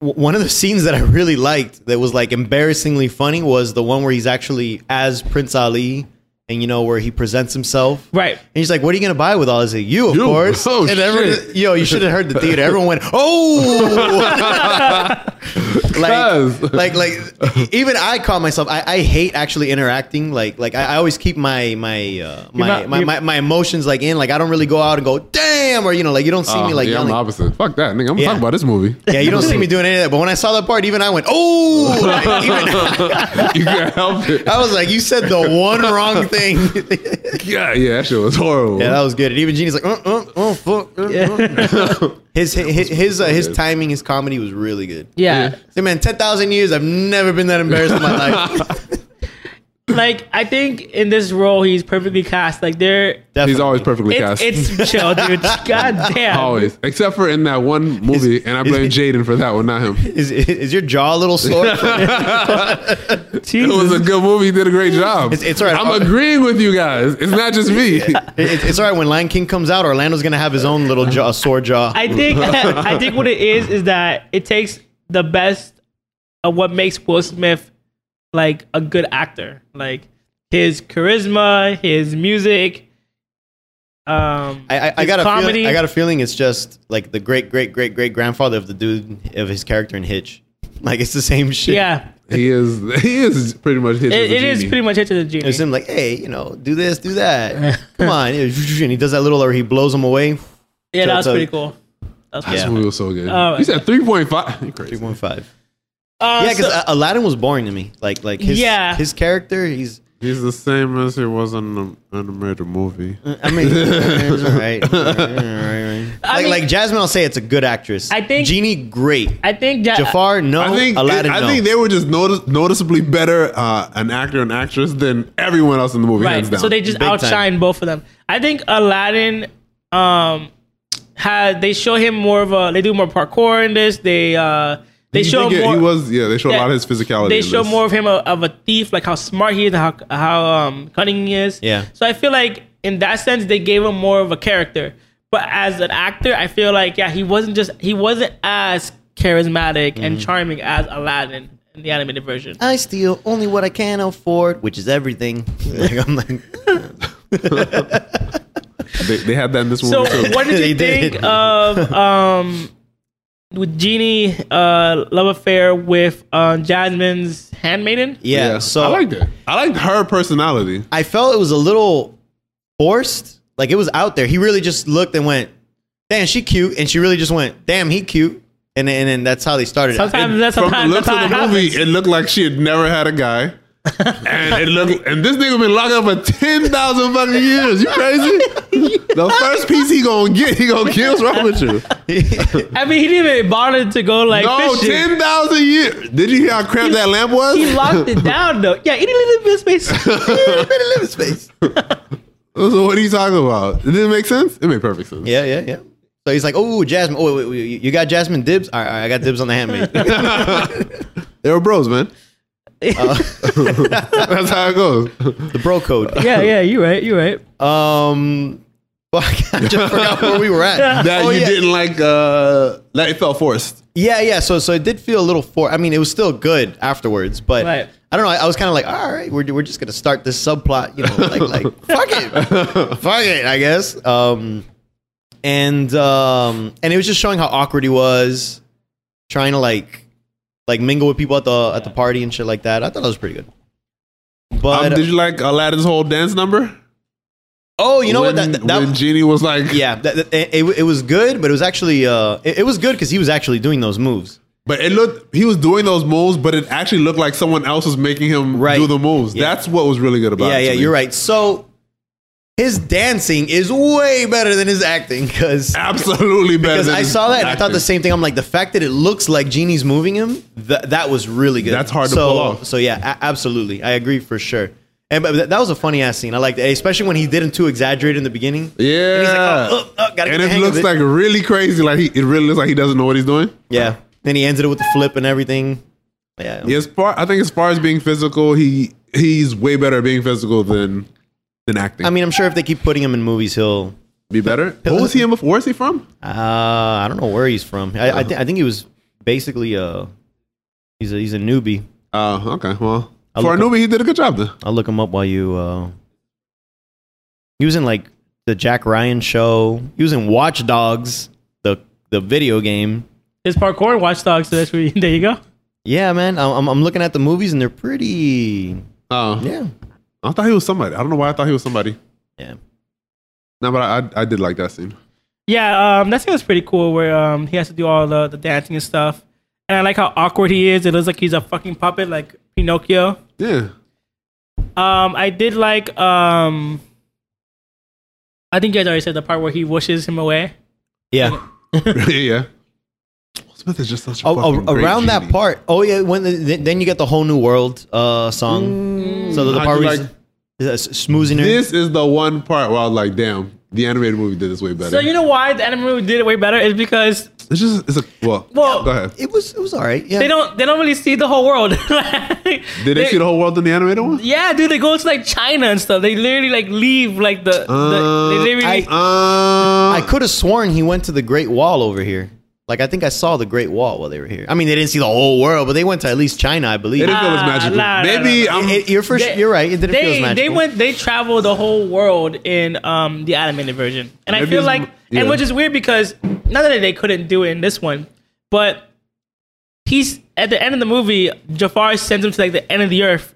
[SPEAKER 2] w- one of the scenes that I really liked that was like embarrassingly funny was the one where he's actually as Prince Ali, and you know where he presents himself.
[SPEAKER 1] Right.
[SPEAKER 2] And he's like, "What are you gonna buy with all this? You, of
[SPEAKER 3] You.
[SPEAKER 2] course."
[SPEAKER 3] Oh,
[SPEAKER 2] and everyone-
[SPEAKER 3] shit.
[SPEAKER 2] yo, you should have heard the theater. Everyone went, "Oh!"
[SPEAKER 3] Cuz.
[SPEAKER 2] like, like, like, even I caught myself. I, I hate actually interacting. Like, like I, I always keep my my uh, my,
[SPEAKER 1] not-
[SPEAKER 2] my,
[SPEAKER 1] you're-
[SPEAKER 2] my my emotions like in. Like, I don't really go out and go, "Damn," or you know, like you don't see
[SPEAKER 3] Oh,
[SPEAKER 2] me like
[SPEAKER 3] yeah, I'm the
[SPEAKER 2] yelling.
[SPEAKER 3] opposite. Fuck that, nigga. I'm
[SPEAKER 2] Yeah.
[SPEAKER 3] talking about this movie.
[SPEAKER 2] Yeah, you don't see me doing any of that. But when I saw that part, even I went, oh! Like, even-
[SPEAKER 3] you can't help it.
[SPEAKER 2] I was like, you said the one wrong thing.
[SPEAKER 3] Yeah, yeah, that shit was horrible.
[SPEAKER 2] yeah, that was good. And even Genie's like, uh, uh, oh, fuck. uh, uh." His his his, uh, his timing, his comedy was really good.
[SPEAKER 1] yeah.
[SPEAKER 2] Say, man, ten thousand years. I've never been that embarrassed in my life.
[SPEAKER 1] like I think in this role he's perfectly cast. Like there,
[SPEAKER 3] He's always perfectly
[SPEAKER 1] it's,
[SPEAKER 3] cast. Oh,
[SPEAKER 1] it's chill, dude. God damn.
[SPEAKER 3] always, except for in that one movie, and I blame
[SPEAKER 2] is-
[SPEAKER 3] Jaden for that one, not him.
[SPEAKER 2] is, is your jaw a little sore?
[SPEAKER 3] It was a good movie. He did a great job.
[SPEAKER 2] It's- it's all right.
[SPEAKER 3] I'm agreeing with you guys. It's not just me.
[SPEAKER 2] It- it's all right. When Lion King comes out, Orlando's gonna have his own little jaw, sore jaw.
[SPEAKER 1] I think I think what it is is that it takes the best of what makes Will Smith like a good actor, like his charisma, his music. Um,
[SPEAKER 2] I, I, I
[SPEAKER 1] his
[SPEAKER 2] got a
[SPEAKER 1] comedy.
[SPEAKER 2] Feeling, I got a feeling it's just like the great great great great grandfather of the dude of his character in Hitch. Like it's the same shit.
[SPEAKER 1] yeah,
[SPEAKER 3] He is. He is pretty much his.
[SPEAKER 1] it, it is pretty much it to the genie.
[SPEAKER 2] It's him like, hey, you know, do this, do that. Come on. And he does that little or he blows him away.
[SPEAKER 1] yeah, that was
[SPEAKER 2] so-
[SPEAKER 1] pretty cool. That was
[SPEAKER 3] This
[SPEAKER 2] Yeah.
[SPEAKER 3] movie was so good.
[SPEAKER 1] Oh,
[SPEAKER 3] he said 3.5. You crazy.
[SPEAKER 2] 3.5.
[SPEAKER 1] Uh,
[SPEAKER 2] Yeah, because
[SPEAKER 1] so-
[SPEAKER 2] Aladdin was boring to me. Like like his
[SPEAKER 1] Yeah.
[SPEAKER 2] his character, he's
[SPEAKER 3] He's the same as he was in the animated movie.
[SPEAKER 2] I mean, it's all right. All right, all right.
[SPEAKER 1] I
[SPEAKER 2] Like,
[SPEAKER 1] mean-
[SPEAKER 2] like Jasmine, I'll say it's a good actress.
[SPEAKER 1] I think-
[SPEAKER 2] Genie, great.
[SPEAKER 1] I think Ja-
[SPEAKER 2] Jafar, no.
[SPEAKER 3] I think
[SPEAKER 2] Oh, Aladdin,
[SPEAKER 3] I
[SPEAKER 2] no.
[SPEAKER 3] think they were just notice, noticeably better uh, an actor and actress than everyone else in the movie.
[SPEAKER 1] right.
[SPEAKER 3] Hands down.
[SPEAKER 1] So they just
[SPEAKER 2] Big time.
[SPEAKER 1] outshine both of them. I think Aladdin um had they show him more of a they do more parkour in this. They uh they
[SPEAKER 3] You
[SPEAKER 1] show
[SPEAKER 3] think it-
[SPEAKER 1] more
[SPEAKER 3] He was yeah. They show a
[SPEAKER 1] Yeah.
[SPEAKER 3] lot of his physicality.
[SPEAKER 1] they
[SPEAKER 3] in
[SPEAKER 1] show
[SPEAKER 3] this.
[SPEAKER 1] more of him a, of a thief, like how smart he is, and how how um, cunning he is.
[SPEAKER 2] Yeah.
[SPEAKER 1] So I feel like in that sense they gave him more of a character. But as an actor, I feel like yeah, he wasn't just he wasn't as charismatic
[SPEAKER 3] Mm.
[SPEAKER 1] and charming as Aladdin in the animated version.
[SPEAKER 2] I steal only what I can afford, which is everything. Like, I'm like,
[SPEAKER 3] They, they had that in this
[SPEAKER 1] So
[SPEAKER 3] movie. too.
[SPEAKER 1] what did
[SPEAKER 2] They
[SPEAKER 1] you
[SPEAKER 2] did.
[SPEAKER 1] think of um with Jeannie uh love affair with uh, Jasmine's handmaiden?
[SPEAKER 2] yeah, So
[SPEAKER 3] I liked it. I liked her personality.
[SPEAKER 2] I felt it was a little forced. Like it was out there. He really just looked and went, "Damn, she cute," and she really just went, "Damn, he cute," and then- and then that's how they started. it.
[SPEAKER 1] Sometimes that's
[SPEAKER 3] From the
[SPEAKER 1] sometimes
[SPEAKER 3] looks
[SPEAKER 1] that's
[SPEAKER 3] of
[SPEAKER 1] how
[SPEAKER 3] the
[SPEAKER 1] it
[SPEAKER 3] movie,
[SPEAKER 1] happens.
[SPEAKER 3] it looked like she had never had a guy. and it looked, and this nigga been locked up for ten thousand fucking years. You crazy? The first piece he gonna get, he gonna kill. What's wrong with you?
[SPEAKER 1] I mean, he didn't even bother to go like
[SPEAKER 3] No,
[SPEAKER 1] fishing.
[SPEAKER 3] ten thousand years. Did you hear how cramped that lamp was?
[SPEAKER 1] He locked it down though. Yeah, he didn't leave the space.
[SPEAKER 2] living space.
[SPEAKER 3] So what are you talking about? It didn't make sense. It made perfect sense.
[SPEAKER 2] Yeah, yeah, yeah. So he's like, "Oh, Jasmine. Oh, wait, wait, wait, you- you got Jasmine dibs? All right, all right, I got dibs on the handmaid.
[SPEAKER 3] They were bros, man. Uh, That's how it goes.
[SPEAKER 2] the bro code.
[SPEAKER 1] Yeah, yeah, you're right. You're right.
[SPEAKER 2] Um, fuck, I just forgot where we were at.
[SPEAKER 3] That
[SPEAKER 2] Oh,
[SPEAKER 3] you
[SPEAKER 2] yeah.
[SPEAKER 3] didn't like. uh That it felt forced.
[SPEAKER 2] Yeah, yeah. So, so it did feel a little for. I mean, it was still good afterwards, but
[SPEAKER 1] Right.
[SPEAKER 2] I don't know. I, I was kind of like, all right, we're we're just gonna start this subplot, you know, like like fuck it, fuck it, I guess. Um, and um, and it was just showing how awkward he was, trying to like like mingle with people at the at the party and shit like that. I thought that was pretty good.
[SPEAKER 3] Um,
[SPEAKER 2] But
[SPEAKER 3] did you like Aladdin's whole dance number?
[SPEAKER 2] oh, you know
[SPEAKER 3] when,
[SPEAKER 2] what? That, that,
[SPEAKER 3] when Genie was like,
[SPEAKER 2] yeah, that, that- it, it, it was good, but it was actually uh, it, it was good because he was actually doing those moves.
[SPEAKER 3] But it looked he was doing those moves, but it actually looked like someone else was making him
[SPEAKER 2] Right.
[SPEAKER 3] do the moves.
[SPEAKER 2] Yeah.
[SPEAKER 3] That's what was really good about
[SPEAKER 2] yeah,
[SPEAKER 3] it.
[SPEAKER 2] yeah, you're right. So his dancing is way better than his acting because
[SPEAKER 3] Absolutely better.
[SPEAKER 2] because
[SPEAKER 3] than
[SPEAKER 2] I
[SPEAKER 3] his
[SPEAKER 2] saw that and I thought
[SPEAKER 3] acting.
[SPEAKER 2] the same thing. I'm like the fact that it looks like Genie's moving him. That that was really good.
[SPEAKER 3] That's hard to
[SPEAKER 2] so,
[SPEAKER 3] pull off.
[SPEAKER 2] So yeah, a- absolutely, I agree for sure. And but that- that was a funny ass scene. I liked it, especially when he didn't too exaggerate in the beginning.
[SPEAKER 3] Yeah.
[SPEAKER 2] and he's like, oh, oh, oh, gotta get
[SPEAKER 3] and
[SPEAKER 2] the
[SPEAKER 3] it
[SPEAKER 2] hang of
[SPEAKER 3] looks like really crazy. Like he, it really looks like he doesn't know what he's doing.
[SPEAKER 2] yeah. Then he ends it with the flip and everything. Yeah,
[SPEAKER 3] Yeah, as far I think as far as being physical, he he's way better at being physical than than acting.
[SPEAKER 2] I mean, I'm sure if they keep putting him in movies, he'll.
[SPEAKER 3] be better. What was he in before? Where's he from?
[SPEAKER 2] Uh, I don't know where he's from. I, I, thi- I think he was basically uh, he's a, he's a newbie.
[SPEAKER 3] Oh, okay. Well,
[SPEAKER 2] I'll
[SPEAKER 3] for a
[SPEAKER 2] look
[SPEAKER 3] newbie, he did a good job then.
[SPEAKER 2] I'll look him up while you. Uh, he was in like the Jack Ryan show. He was in Watch Dogs, the the video game.
[SPEAKER 1] His parkour watchdogs. So that's where. You, there you go.
[SPEAKER 2] Yeah, man. I'm I'm- I'm looking at the movies and they're pretty.
[SPEAKER 3] Oh,
[SPEAKER 2] Yeah,
[SPEAKER 3] I thought he was somebody. I don't know why I thought he was somebody.
[SPEAKER 2] yeah.
[SPEAKER 3] No, but I I, I did like that scene.
[SPEAKER 1] Yeah, um, that scene was pretty cool where um, he has to do all the, the dancing and stuff. And I like how awkward he is. It looks like he's a fucking puppet, like Pinocchio.
[SPEAKER 3] Yeah.
[SPEAKER 1] Um, I did like. Um, I think you guys already said the part where he wishes him away.
[SPEAKER 2] Yeah,
[SPEAKER 3] yeah, yeah. Will Smith is just such a
[SPEAKER 2] oh,
[SPEAKER 3] fucking
[SPEAKER 2] oh,
[SPEAKER 3] great
[SPEAKER 2] around that
[SPEAKER 3] genie.
[SPEAKER 2] part. Oh yeah, when the, then you get the whole new world uh, song. So the, the
[SPEAKER 3] I
[SPEAKER 2] part
[SPEAKER 3] do
[SPEAKER 2] where he's-
[SPEAKER 3] Mm. like-
[SPEAKER 2] he's, uh, s- smoozing her.
[SPEAKER 3] This is the one part where I was like, "Damn, the animated movie did this way better."
[SPEAKER 1] So you know why the anime movie did it way better is because
[SPEAKER 3] it's just it's a well.
[SPEAKER 1] Well,
[SPEAKER 3] go ahead.
[SPEAKER 2] It was it was all right. Yeah,
[SPEAKER 1] they don't they don't really see the whole world. Like,
[SPEAKER 3] Did they
[SPEAKER 1] they-
[SPEAKER 3] see the whole world in the animated one?
[SPEAKER 1] Yeah, dude, they go to like China and stuff. They literally like leave like the. the they literally.
[SPEAKER 2] I- I
[SPEAKER 3] Uh,
[SPEAKER 2] could have sworn he went to the Great Wall over here. Like I think I saw the Great Wall while they were here. I mean, they didn't see the whole world, but they went to at least China, I believe.
[SPEAKER 3] it didn't feel as
[SPEAKER 1] Nah,
[SPEAKER 3] magical.
[SPEAKER 1] nah, nah,
[SPEAKER 3] Maybe
[SPEAKER 1] nah,
[SPEAKER 3] I'm.
[SPEAKER 2] It- you're for
[SPEAKER 1] Ah. They-
[SPEAKER 2] you're right. It didn't feel as
[SPEAKER 1] they
[SPEAKER 2] magical.
[SPEAKER 1] they went they traveled the whole world in um the animated version, and I
[SPEAKER 3] Maybe
[SPEAKER 1] feel
[SPEAKER 3] it's-
[SPEAKER 1] like
[SPEAKER 3] yeah.
[SPEAKER 1] and which is weird because not that they couldn't do it in this one, but he's at the end of the movie. Jafar sends him to like the end of the earth,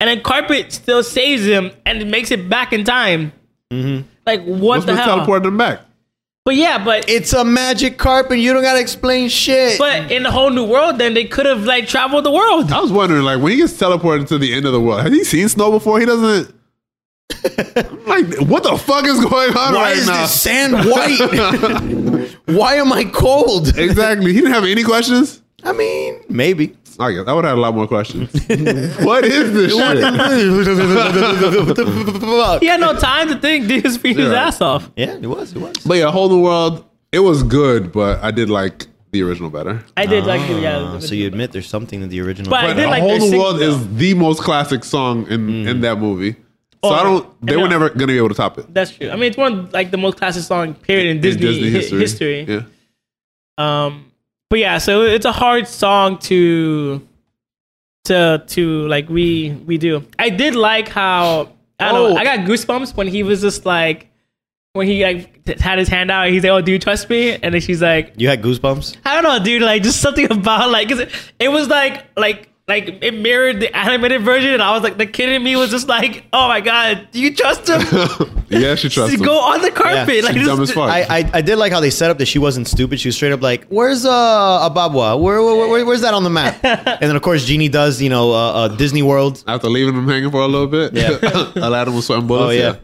[SPEAKER 1] and then Carpet still saves him and it makes it back in time. Like what
[SPEAKER 3] Mm-hmm. What's
[SPEAKER 1] the
[SPEAKER 3] with
[SPEAKER 1] hell?
[SPEAKER 3] teleporting them back?
[SPEAKER 1] But yeah, but
[SPEAKER 2] It's a magic carpet. You don't gotta explain shit.
[SPEAKER 1] but in the whole new world, then they could have like traveled the world.
[SPEAKER 3] I was wondering, like, when he gets teleported to the end of the world, has he seen snow before? He doesn't. I'm like, what the fuck is going on
[SPEAKER 2] Why
[SPEAKER 3] right
[SPEAKER 2] is
[SPEAKER 3] now?
[SPEAKER 2] this sand white? Why am I cold?
[SPEAKER 3] exactly. He didn't have any questions.
[SPEAKER 2] I mean, maybe.
[SPEAKER 3] I guess I would have had a lot more questions. what is this shit?
[SPEAKER 1] He
[SPEAKER 2] yeah,
[SPEAKER 1] had no time to think. Dude, just beat his
[SPEAKER 3] Yeah.
[SPEAKER 1] ass off.
[SPEAKER 2] it was. It was.
[SPEAKER 3] But yeah, whole new world. It was good, but I did like the original better.
[SPEAKER 1] I did
[SPEAKER 3] Ah,
[SPEAKER 1] like the- yeah.
[SPEAKER 2] Uh, so you admit there's something to the original.
[SPEAKER 1] But I
[SPEAKER 3] But
[SPEAKER 1] did like
[SPEAKER 3] whole
[SPEAKER 1] their
[SPEAKER 3] new
[SPEAKER 1] sing-
[SPEAKER 3] world is the most classic song in
[SPEAKER 2] Mm.
[SPEAKER 3] in that movie.
[SPEAKER 1] Oh,
[SPEAKER 3] So I don't. They
[SPEAKER 1] and
[SPEAKER 3] were
[SPEAKER 1] no.
[SPEAKER 3] never gonna be able to top it.
[SPEAKER 1] That's true. I mean, it's one of, like the most classic song period in, Disney, hi- history.
[SPEAKER 3] Yeah.
[SPEAKER 1] Um, but yeah, so it's a hard song to to to like we we do. I did like how I don't
[SPEAKER 2] Oh.
[SPEAKER 1] know. I got goosebumps when he was just like when he like t- had his hand out. He's like, "Oh, do you trust me?" And then she's like,
[SPEAKER 2] you had goosebumps.
[SPEAKER 1] "I don't know, dude. Like just something about like 'cause it, it was like like like it mirrored the animated version, and I was like, the kid in me was just like, oh my god, do you trust him?
[SPEAKER 3] yeah, she trusts him.
[SPEAKER 1] Go on the carpet,
[SPEAKER 2] Yeah,
[SPEAKER 1] like
[SPEAKER 3] she's
[SPEAKER 1] this-
[SPEAKER 3] dumb as fuck.
[SPEAKER 2] I, I, I did like how they set up that she wasn't stupid. She was straight up like, "Where's uh Ababwa? Where, where, where where's that on the map?" and then of course Genie does, you know, uh, uh, Disney World.
[SPEAKER 3] After leaving him hanging for a little bit,
[SPEAKER 2] Yeah.
[SPEAKER 3] Aladdin was sweating bullets.
[SPEAKER 2] Oh yeah.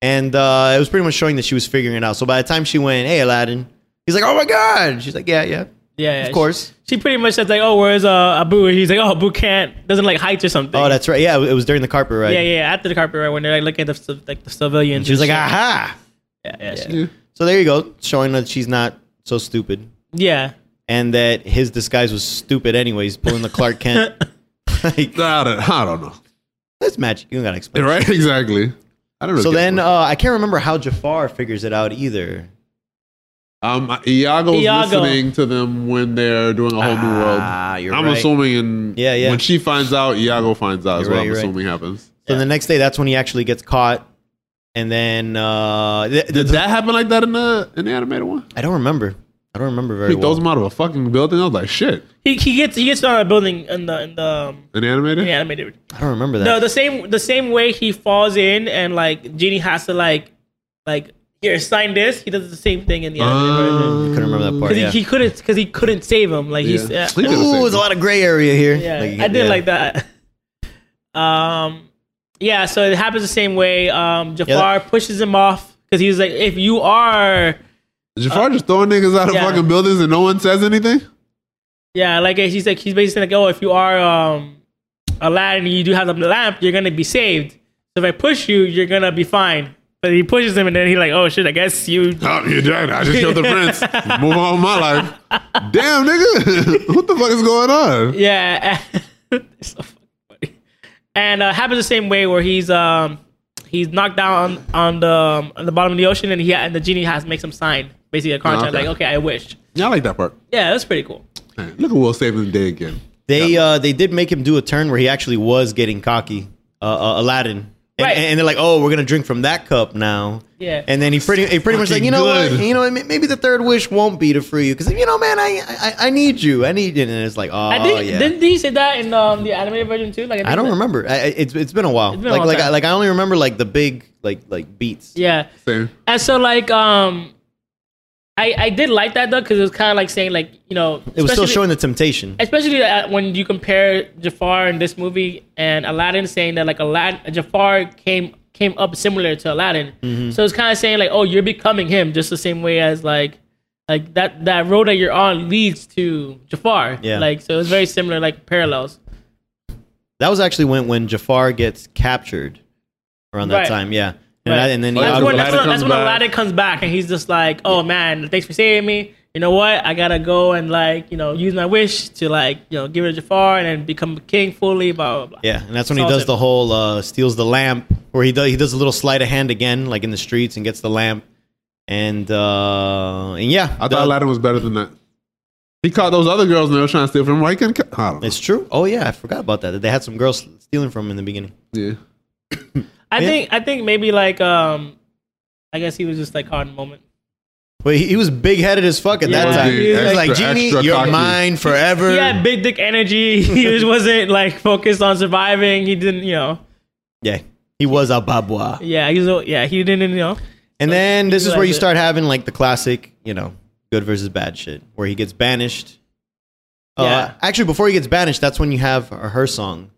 [SPEAKER 2] And uh, it was pretty much showing that she was figuring it out. So by the time she went, "Hey Aladdin," he's like, "Oh my god!" She's like, "Yeah, yeah,
[SPEAKER 1] Yeah, yeah,
[SPEAKER 2] of course."
[SPEAKER 1] She, she pretty much says like, oh, where's uh, Abu? And he's like, oh, Abu can't doesn't like heights or something.
[SPEAKER 2] Oh, that's right. Yeah, it was during the carpet ride.
[SPEAKER 1] yeah, yeah. After the carpet right when they're like looking at the civ- like the civilians,
[SPEAKER 2] She was like, "Ah."
[SPEAKER 1] and shit.
[SPEAKER 2] "Aha!"
[SPEAKER 1] yeah, yeah, she-
[SPEAKER 3] yeah.
[SPEAKER 2] So there you go, showing that she's not so stupid,
[SPEAKER 1] yeah.
[SPEAKER 2] and that his disguise was stupid anyways, pulling the Clark Kent. like,
[SPEAKER 3] I don't, I don't know.
[SPEAKER 2] that's magic. You don't gotta explain.
[SPEAKER 3] Right? Exactly. I don't know.
[SPEAKER 2] So then uh, I can't remember how Jafar figures it out either.
[SPEAKER 3] um, Iago's
[SPEAKER 1] Iago.
[SPEAKER 3] listening to them when they're doing a whole new world.
[SPEAKER 2] Ah, you're
[SPEAKER 3] I'm
[SPEAKER 2] right.
[SPEAKER 3] assuming, in
[SPEAKER 2] Yeah, yeah.
[SPEAKER 3] when she finds out, Iago finds out. is
[SPEAKER 2] You're
[SPEAKER 3] what
[SPEAKER 2] right,
[SPEAKER 3] I'm
[SPEAKER 2] you're right.
[SPEAKER 3] assuming happens.
[SPEAKER 2] So the next day, that's when he actually gets caught, and then uh, th- th-
[SPEAKER 3] Did that happen like that in the in the animated one?
[SPEAKER 2] I don't remember. I don't remember very
[SPEAKER 3] He throws
[SPEAKER 2] well.
[SPEAKER 3] him out of a fucking building. I was like, shit.
[SPEAKER 1] He he gets he gets thrown out of the building in the in the um,
[SPEAKER 3] In the animated?
[SPEAKER 1] in the animated.
[SPEAKER 2] I don't remember that.
[SPEAKER 1] No, the same the same way he falls in and like Genie has to like like here sign this. He does the same thing in the animated version.
[SPEAKER 3] Um,
[SPEAKER 2] I couldn't remember that part.
[SPEAKER 1] Because
[SPEAKER 2] Oh, Yeah.
[SPEAKER 1] he, he couldn't because he couldn't save him. Like he's uh,
[SPEAKER 3] Yeah.
[SPEAKER 1] yeah,
[SPEAKER 3] He could've
[SPEAKER 2] Ooh,
[SPEAKER 3] saved
[SPEAKER 2] there's a
[SPEAKER 3] him.
[SPEAKER 2] lot of gray area here.
[SPEAKER 1] yeah.
[SPEAKER 2] Like,
[SPEAKER 1] I did
[SPEAKER 2] yeah.
[SPEAKER 1] like that. Um, yeah. So it happens the same way. Um, Jafar pushes him off because he's like, if you are,
[SPEAKER 2] Uh,
[SPEAKER 3] Jafar just throwing niggas out of
[SPEAKER 1] yeah.
[SPEAKER 3] fucking buildings and no one says anything?
[SPEAKER 1] yeah, like he's like he's basically like, oh, if you are um, Aladdin, and you do have the lamp, you're gonna be saved. So if I push you, you're gonna be fine. But he pushes him, and then he like, oh shit, I guess you
[SPEAKER 3] Oh, you're dead. I just killed the prince. Move on with my life. Damn, nigga. what the fuck is going on?
[SPEAKER 1] Yeah, it's so fucking funny. And uh, happens the same way where he's um he's knocked down on, on the um, on the bottom of the ocean, and he and the genie has makes him sign basically a contract
[SPEAKER 3] okay.
[SPEAKER 1] like, okay, I wish.
[SPEAKER 3] Yeah, I like that part.
[SPEAKER 1] Yeah, that's pretty cool.
[SPEAKER 3] All right, look at Will saving the day again.
[SPEAKER 2] They uh, they did make him do a turn where he actually was getting cocky, uh, uh, Aladdin. And,
[SPEAKER 1] Right.
[SPEAKER 2] and they're like, "Oh, we're gonna drink from that cup now."
[SPEAKER 1] Yeah.
[SPEAKER 2] And then he pretty, he pretty much like,
[SPEAKER 3] Fucking
[SPEAKER 2] you know
[SPEAKER 3] good.
[SPEAKER 2] what, you know, what, may- maybe the third wish won't be to free you because you know, man, I, I, I need you, I need you, and it's like, oh,
[SPEAKER 1] I think
[SPEAKER 2] yeah.
[SPEAKER 1] didn't he say that in um, the animated version too? Like
[SPEAKER 2] I don't
[SPEAKER 1] think-
[SPEAKER 2] remember. I, I- it's it's been a while.
[SPEAKER 1] been a
[SPEAKER 2] like
[SPEAKER 1] long
[SPEAKER 2] like I,
[SPEAKER 1] time.
[SPEAKER 2] like I only remember like the big like like beats.
[SPEAKER 1] Yeah,
[SPEAKER 3] Same.
[SPEAKER 1] and so like um. I, I did like that though because it was kind of like saying like you know
[SPEAKER 2] It was still
[SPEAKER 1] especially-
[SPEAKER 2] showing the temptation.
[SPEAKER 1] especially uh, when you compare Jafar in this movie and Aladdin, saying that like Aladdin, Jafar came came up similar to Aladdin.
[SPEAKER 2] Mm-hmm.
[SPEAKER 1] So it's kind of saying like, oh, you're becoming him, just the same way as like like that that road that you're on leads to Jafar.
[SPEAKER 2] Yeah.
[SPEAKER 1] Like so, it's very similar, like parallels.
[SPEAKER 2] That was actually when when Jafar gets captured around that
[SPEAKER 1] Right.
[SPEAKER 2] time. Yeah, and,
[SPEAKER 1] Right.
[SPEAKER 2] I, and then
[SPEAKER 3] Well,
[SPEAKER 1] That's
[SPEAKER 2] Iago-
[SPEAKER 1] when, that's,
[SPEAKER 3] Aladdin
[SPEAKER 1] when, that's
[SPEAKER 3] comes
[SPEAKER 1] when
[SPEAKER 3] back.
[SPEAKER 1] Aladdin comes back and he's just like, oh man, thanks for saving me. You know what? I gotta go and like you know use my wish to like you know give it to Jafar and then become king fully. Blah blah blah.
[SPEAKER 2] yeah, and that's when he
[SPEAKER 1] Salted.
[SPEAKER 2] does the whole uh, steals the lamp, where he does he does a little sleight of hand again, like in the streets, and gets the lamp, and uh, and yeah,
[SPEAKER 3] I
[SPEAKER 2] the-
[SPEAKER 3] thought Aladdin was better than that. He caught those other girls and they were trying to steal from him. Why can't I don't know.
[SPEAKER 2] it's true. Oh yeah, I forgot about that. that They had some girls stealing from him in the beginning.
[SPEAKER 3] Yeah.
[SPEAKER 1] I
[SPEAKER 2] Yeah.
[SPEAKER 1] think I think maybe like um, I guess he was just like caught in the moment.
[SPEAKER 2] But he, he was big headed as fuck at
[SPEAKER 1] Yeah.
[SPEAKER 2] that time.
[SPEAKER 1] Dude,
[SPEAKER 2] He was like,
[SPEAKER 3] extra,
[SPEAKER 2] Genie,
[SPEAKER 3] extra
[SPEAKER 2] you're
[SPEAKER 3] cocky."
[SPEAKER 2] mine forever.
[SPEAKER 1] He had big dick energy. He just wasn't like focused on surviving. He didn't, you know.
[SPEAKER 2] Yeah, he was a babwa.
[SPEAKER 1] Yeah, he's a- yeah. He didn't, you know.
[SPEAKER 2] And then this is where you
[SPEAKER 1] realized it.
[SPEAKER 2] start having like the classic, you know, good versus bad shit, where he gets banished.
[SPEAKER 1] Yeah.
[SPEAKER 2] Uh, actually, before he gets banished, that's when you have her song.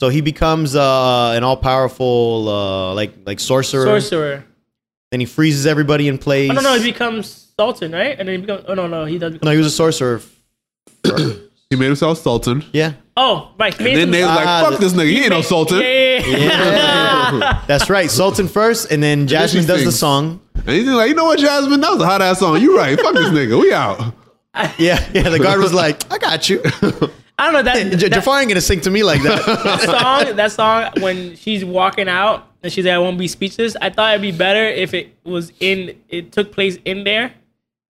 [SPEAKER 2] So he becomes uh, an all powerful uh, like like sorcerer.
[SPEAKER 1] Sorcerer.
[SPEAKER 2] Then he freezes everybody in place.
[SPEAKER 1] Oh no, no, he becomes Sultan, right? And then he becomes. Oh no, no, he does. Become,
[SPEAKER 2] No, he was a sorcerer.
[SPEAKER 3] He made himself Sultan.
[SPEAKER 2] yeah,
[SPEAKER 1] oh right, he made
[SPEAKER 3] Then they was
[SPEAKER 1] some-
[SPEAKER 3] like,
[SPEAKER 2] Ah,
[SPEAKER 3] fuck this nigga. He ain't no Sultan.
[SPEAKER 1] Yeah, yeah, yeah.
[SPEAKER 2] that's right. Sultan first, and then Jasmine does the
[SPEAKER 3] things.
[SPEAKER 2] song.
[SPEAKER 3] And he's like, you know what, Jasmine? That was a hot ass song. You right. Fuck this nigga. We out.
[SPEAKER 2] Yeah, yeah. The guard was like, "I got you."
[SPEAKER 1] I don't know that,
[SPEAKER 2] J-
[SPEAKER 1] that
[SPEAKER 2] Jafar ain't gonna sing to me like that.
[SPEAKER 1] song. That song when she's walking out and she's like, "I won't be speechless." I thought it'd be better if it was in. It took place in there.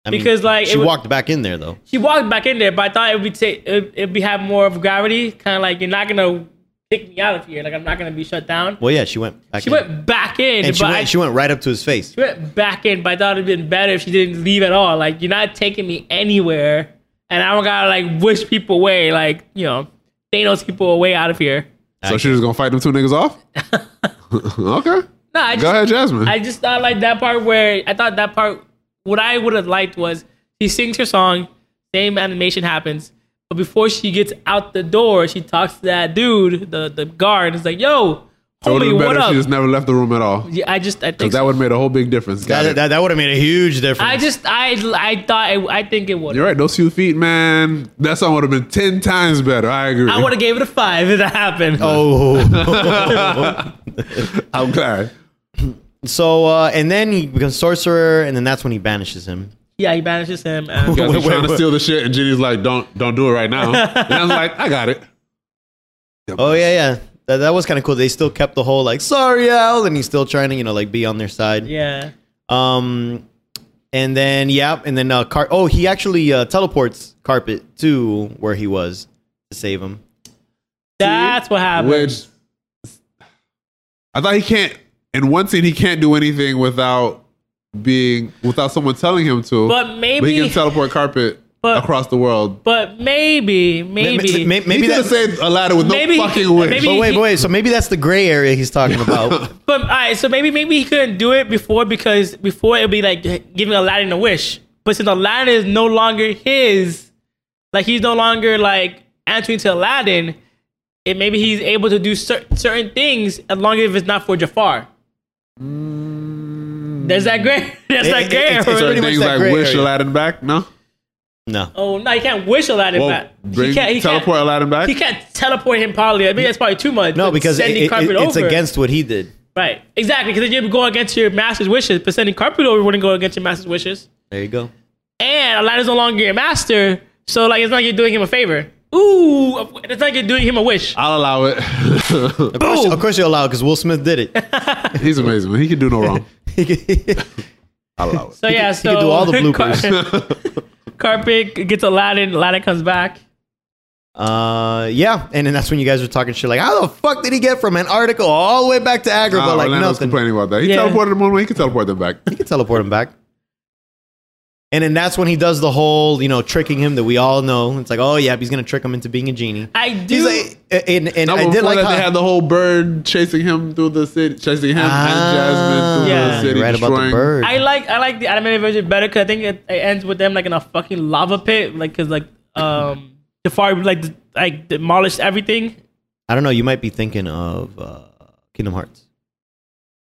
[SPEAKER 2] I mean,
[SPEAKER 1] Because, like, it
[SPEAKER 2] she
[SPEAKER 1] was-
[SPEAKER 2] walked back in there though.
[SPEAKER 1] she walked back in there, but I thought it would take it would be have more of gravity, kind of like you're not gonna kick me out of here, like I'm not gonna be shut down.
[SPEAKER 2] Well, yeah, she went. Back
[SPEAKER 1] She
[SPEAKER 2] in.
[SPEAKER 1] went back in,
[SPEAKER 2] and
[SPEAKER 1] but
[SPEAKER 2] she
[SPEAKER 1] I,
[SPEAKER 2] went, she went right up to his face.
[SPEAKER 1] she went back in, but I thought it'd been better if she didn't leave at all. Like you're not taking me anywhere, and I don't gotta like wish people away, like you know. Thanos people away out of here.
[SPEAKER 3] So she was gonna fight them two niggas off. okay.
[SPEAKER 1] No, I just,
[SPEAKER 3] Go ahead, Jasmine.
[SPEAKER 1] I just thought like that part where I thought that part. What I would have liked was she sings her song, same animation happens, but before she gets out the door, she talks to that dude, the the guard. It's like, yo,
[SPEAKER 3] It
[SPEAKER 1] homie,
[SPEAKER 3] would've been
[SPEAKER 1] what
[SPEAKER 3] better if
[SPEAKER 1] up?
[SPEAKER 3] She just never left the room at all.
[SPEAKER 1] Yeah, I just I think
[SPEAKER 3] Because that
[SPEAKER 1] so.
[SPEAKER 3] would have made a whole big difference. Got
[SPEAKER 2] That,
[SPEAKER 3] it.
[SPEAKER 2] that, that would have made a huge difference.
[SPEAKER 1] I just I I thought it, I think it would.
[SPEAKER 3] You're right. Those two feet, man. That song would have been ten times better. I agree.
[SPEAKER 1] I would have gave it a five if that happened.
[SPEAKER 2] oh.
[SPEAKER 3] I'm glad.
[SPEAKER 2] so, uh, and then he becomes sorcerer, and then that's when he banishes him.
[SPEAKER 1] Yeah, he banishes him. and-
[SPEAKER 3] Guys are
[SPEAKER 2] Wait, wait,
[SPEAKER 3] trying to
[SPEAKER 2] wait.
[SPEAKER 3] steal the shit, and Ginny's like, "Don't, don't do it right now." And I was like, "I got it."
[SPEAKER 2] Oh, yeah, yeah. That, that was kind of cool. They still kept the whole, like, sorry, Al, and he's still trying to, you know, like, be on their side.
[SPEAKER 1] yeah.
[SPEAKER 2] Um, and then yeah, and then uh, car. Oh, he actually uh, teleports carpet to where he was to save him.
[SPEAKER 1] That's what happened.
[SPEAKER 3] Which I thought he can't. In one scene, he can't do anything without being without someone telling him to.
[SPEAKER 1] But
[SPEAKER 3] but he
[SPEAKER 1] maybe-
[SPEAKER 3] can teleport carpet
[SPEAKER 1] But-
[SPEAKER 3] across the world.
[SPEAKER 1] but maybe,
[SPEAKER 2] May-
[SPEAKER 1] maybe,
[SPEAKER 2] may- may-
[SPEAKER 3] Maybe
[SPEAKER 2] maybe
[SPEAKER 3] he could
[SPEAKER 2] that.
[SPEAKER 3] have saved Aladdin with
[SPEAKER 1] Maybe he
[SPEAKER 3] no fucking
[SPEAKER 1] could-
[SPEAKER 3] wish.
[SPEAKER 1] maybe-
[SPEAKER 2] But wait, but wait. So maybe that's the gray area he's talking about.
[SPEAKER 1] But all right, so maybe maybe he couldn't do it before because before it'd be like giving Aladdin a wish. But since Aladdin is no longer his, like he's no longer like answering to Aladdin, and maybe he's able to do cer- certain things as long as it's not for Jafar. There's that gray. There's
[SPEAKER 2] Mm. It-
[SPEAKER 1] that gray.
[SPEAKER 2] it- it's-
[SPEAKER 1] area.
[SPEAKER 2] it's
[SPEAKER 3] Certain
[SPEAKER 2] pretty much
[SPEAKER 3] things
[SPEAKER 2] that
[SPEAKER 3] like
[SPEAKER 2] gray
[SPEAKER 3] wish
[SPEAKER 2] area.
[SPEAKER 3] Aladdin back. No,
[SPEAKER 2] no,
[SPEAKER 1] oh no, you can't wish Aladdin
[SPEAKER 3] well,
[SPEAKER 1] back.
[SPEAKER 3] bring,
[SPEAKER 1] he can't, he
[SPEAKER 3] teleport
[SPEAKER 1] can't,
[SPEAKER 3] Aladdin back.
[SPEAKER 1] He can't teleport him. Probably. I mean, that's probably too much.
[SPEAKER 2] no,
[SPEAKER 1] but
[SPEAKER 2] because it,
[SPEAKER 1] sending
[SPEAKER 2] it-
[SPEAKER 1] carpet
[SPEAKER 2] it- it's
[SPEAKER 1] over.
[SPEAKER 2] against what he did.
[SPEAKER 1] Right, exactly. Because then you go against your master's wishes, but sending carpet over wouldn't go against your master's wishes.
[SPEAKER 2] There you go.
[SPEAKER 1] And Aladdin's no longer your master, so like it's not like you're doing him a favor. Ooh, it's like you're doing him a wish.
[SPEAKER 2] Uh,
[SPEAKER 3] I'll allow it.
[SPEAKER 2] Of course,
[SPEAKER 1] Boom.
[SPEAKER 2] of course you're allowed because Will Smith did it.
[SPEAKER 3] He's amazing. man. He can do no wrong.
[SPEAKER 2] He could-
[SPEAKER 3] I'll allow it.
[SPEAKER 1] So yeah, so
[SPEAKER 2] could do all the bloopers.
[SPEAKER 1] Car- Carpet gets Aladdin. Aladdin comes back.
[SPEAKER 2] uh, yeah, and then that's when you guys were talking shit like, how the fuck did he get from Antarctica all the way back to Agra,
[SPEAKER 3] Ah,
[SPEAKER 2] but like
[SPEAKER 3] Orlando's
[SPEAKER 2] nothing?
[SPEAKER 3] complaining about that. He
[SPEAKER 1] Yeah.
[SPEAKER 3] teleported them one way. He can teleport them back.
[SPEAKER 2] He can teleport him back. And then that's when he does the whole, you know, tricking him that we all know. It's like, oh yeah, he's gonna trick him into being a genie.
[SPEAKER 1] I
[SPEAKER 2] He's
[SPEAKER 1] do.
[SPEAKER 2] like, and, and
[SPEAKER 3] No,
[SPEAKER 2] I
[SPEAKER 3] but
[SPEAKER 2] did
[SPEAKER 3] before
[SPEAKER 2] like
[SPEAKER 3] that,
[SPEAKER 2] how,
[SPEAKER 3] they had the whole bird chasing him through the city, chasing him
[SPEAKER 2] Ah,
[SPEAKER 3] and Jasmine through
[SPEAKER 1] Yeah.
[SPEAKER 3] the
[SPEAKER 1] you're
[SPEAKER 3] city,
[SPEAKER 2] you're right about
[SPEAKER 3] destroying.
[SPEAKER 2] the bird.
[SPEAKER 1] I like I like the animated version better because I think it, it ends with them like in a fucking lava pit, like because like um Jafar like d- like demolished everything.
[SPEAKER 2] I don't know. You might be thinking of uh, Kingdom Hearts.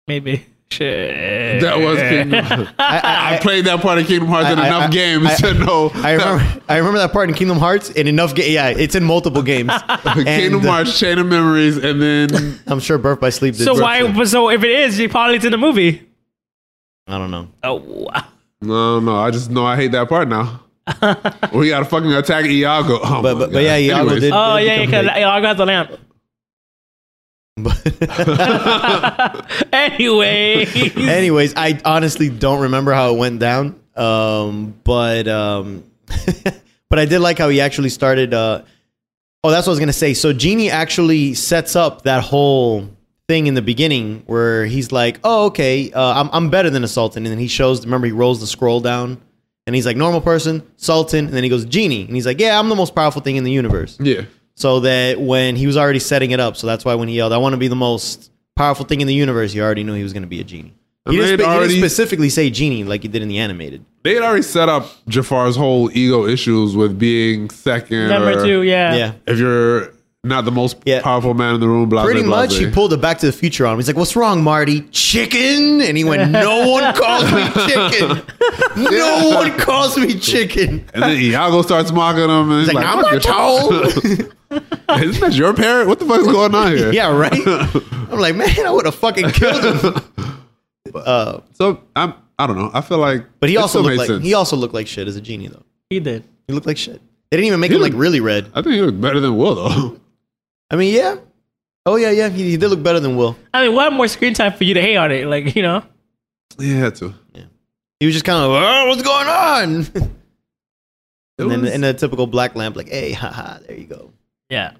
[SPEAKER 1] Maybe shit.
[SPEAKER 3] That was Kingdom.
[SPEAKER 2] I, I,
[SPEAKER 3] I
[SPEAKER 2] I,
[SPEAKER 3] played that part of Kingdom Hearts in
[SPEAKER 2] I- I-
[SPEAKER 3] enough
[SPEAKER 2] I-
[SPEAKER 3] games
[SPEAKER 2] I-
[SPEAKER 3] to know.
[SPEAKER 2] I remember. I remember that part in Kingdom Hearts. In enough, ga- yeah, it's in multiple games.
[SPEAKER 3] that Kingdom
[SPEAKER 2] And, uh,
[SPEAKER 3] Hearts, Chain of Memories, and then
[SPEAKER 2] I'm sure Birth by Sleep. Did
[SPEAKER 1] So
[SPEAKER 2] something.
[SPEAKER 1] why? But so if it is, you probably it's in the movie.
[SPEAKER 2] I don't know.
[SPEAKER 1] Oh wow.
[SPEAKER 3] no, no, I just know I hate that part now. we got to fucking attack Iago. Oh
[SPEAKER 2] But-
[SPEAKER 3] my
[SPEAKER 2] but- but yeah,
[SPEAKER 3] God.
[SPEAKER 2] Iago
[SPEAKER 3] Anyways,
[SPEAKER 2] did-
[SPEAKER 1] Oh
[SPEAKER 2] It'll
[SPEAKER 1] yeah,
[SPEAKER 2] become
[SPEAKER 1] because
[SPEAKER 2] like-
[SPEAKER 1] I got the lamp. anyway,
[SPEAKER 2] Anyways, I honestly don't remember how it went down. Um, but um, but I did like how he actually started. Uh, oh, that's what I was gonna say. So Genie actually sets up that whole thing in the beginning where he's like, "Oh, okay, uh, I'm I'm better than a sultan," and then he shows. Remember, he rolls the scroll down. And he's like normal person, Sultan, and then he goes genie, and he's like, "Yeah, I'm the most powerful thing in the universe."
[SPEAKER 3] Yeah.
[SPEAKER 2] so that when he was already setting it up, so that's why when he yelled, "I want to be the most powerful thing in the universe," he already knew he was going to be a genie. He
[SPEAKER 3] And
[SPEAKER 2] didn't, spe-
[SPEAKER 3] they
[SPEAKER 2] he
[SPEAKER 3] had
[SPEAKER 2] didn't
[SPEAKER 3] already-
[SPEAKER 2] specifically say genie like he did in the animated.
[SPEAKER 3] They had already set up Jafar's whole ego issues with being second.
[SPEAKER 1] number
[SPEAKER 3] or
[SPEAKER 1] two, yeah,
[SPEAKER 2] yeah,
[SPEAKER 3] If you're not the most
[SPEAKER 2] Yeah.
[SPEAKER 3] powerful man in the room, blah,
[SPEAKER 2] pretty
[SPEAKER 3] blah, blah,
[SPEAKER 2] much.
[SPEAKER 3] blah.
[SPEAKER 2] He pulled a Back to the Future on him. He's like, "What's wrong, Marty? Chicken?" And he went, "No one calls me chicken. No one calls me chicken."
[SPEAKER 3] And then Iago starts mocking him, and he's,
[SPEAKER 2] He's like,
[SPEAKER 3] like,
[SPEAKER 2] "I'm
[SPEAKER 3] "Fuck
[SPEAKER 2] not
[SPEAKER 3] your-
[SPEAKER 2] told."
[SPEAKER 3] Isn't that your parent? What the fuck is going on here?"
[SPEAKER 2] yeah, right. I'm like, man, I would have fucking killed him.
[SPEAKER 3] So I'm, I don't know. I feel like,
[SPEAKER 2] But he
[SPEAKER 3] it
[SPEAKER 2] also
[SPEAKER 3] still
[SPEAKER 2] looked
[SPEAKER 3] made
[SPEAKER 2] like
[SPEAKER 3] sense.
[SPEAKER 2] he also looked like shit as a genie though.
[SPEAKER 1] he did.
[SPEAKER 2] He looked like shit. They didn't even make
[SPEAKER 3] He
[SPEAKER 2] him like
[SPEAKER 3] looked-
[SPEAKER 2] really red.
[SPEAKER 3] I think he looked better than Will though.
[SPEAKER 2] I mean, yeah. Oh yeah, yeah. He, he did look better than Will.
[SPEAKER 1] I mean, what more screen time for you to hate on it? Like you know,
[SPEAKER 3] yeah, had to.
[SPEAKER 2] He was just kind of, like, oh, what's going on?
[SPEAKER 3] It
[SPEAKER 2] and then
[SPEAKER 3] was-
[SPEAKER 2] in a typical black lamp, like, hey, haha, there you go.
[SPEAKER 1] yeah,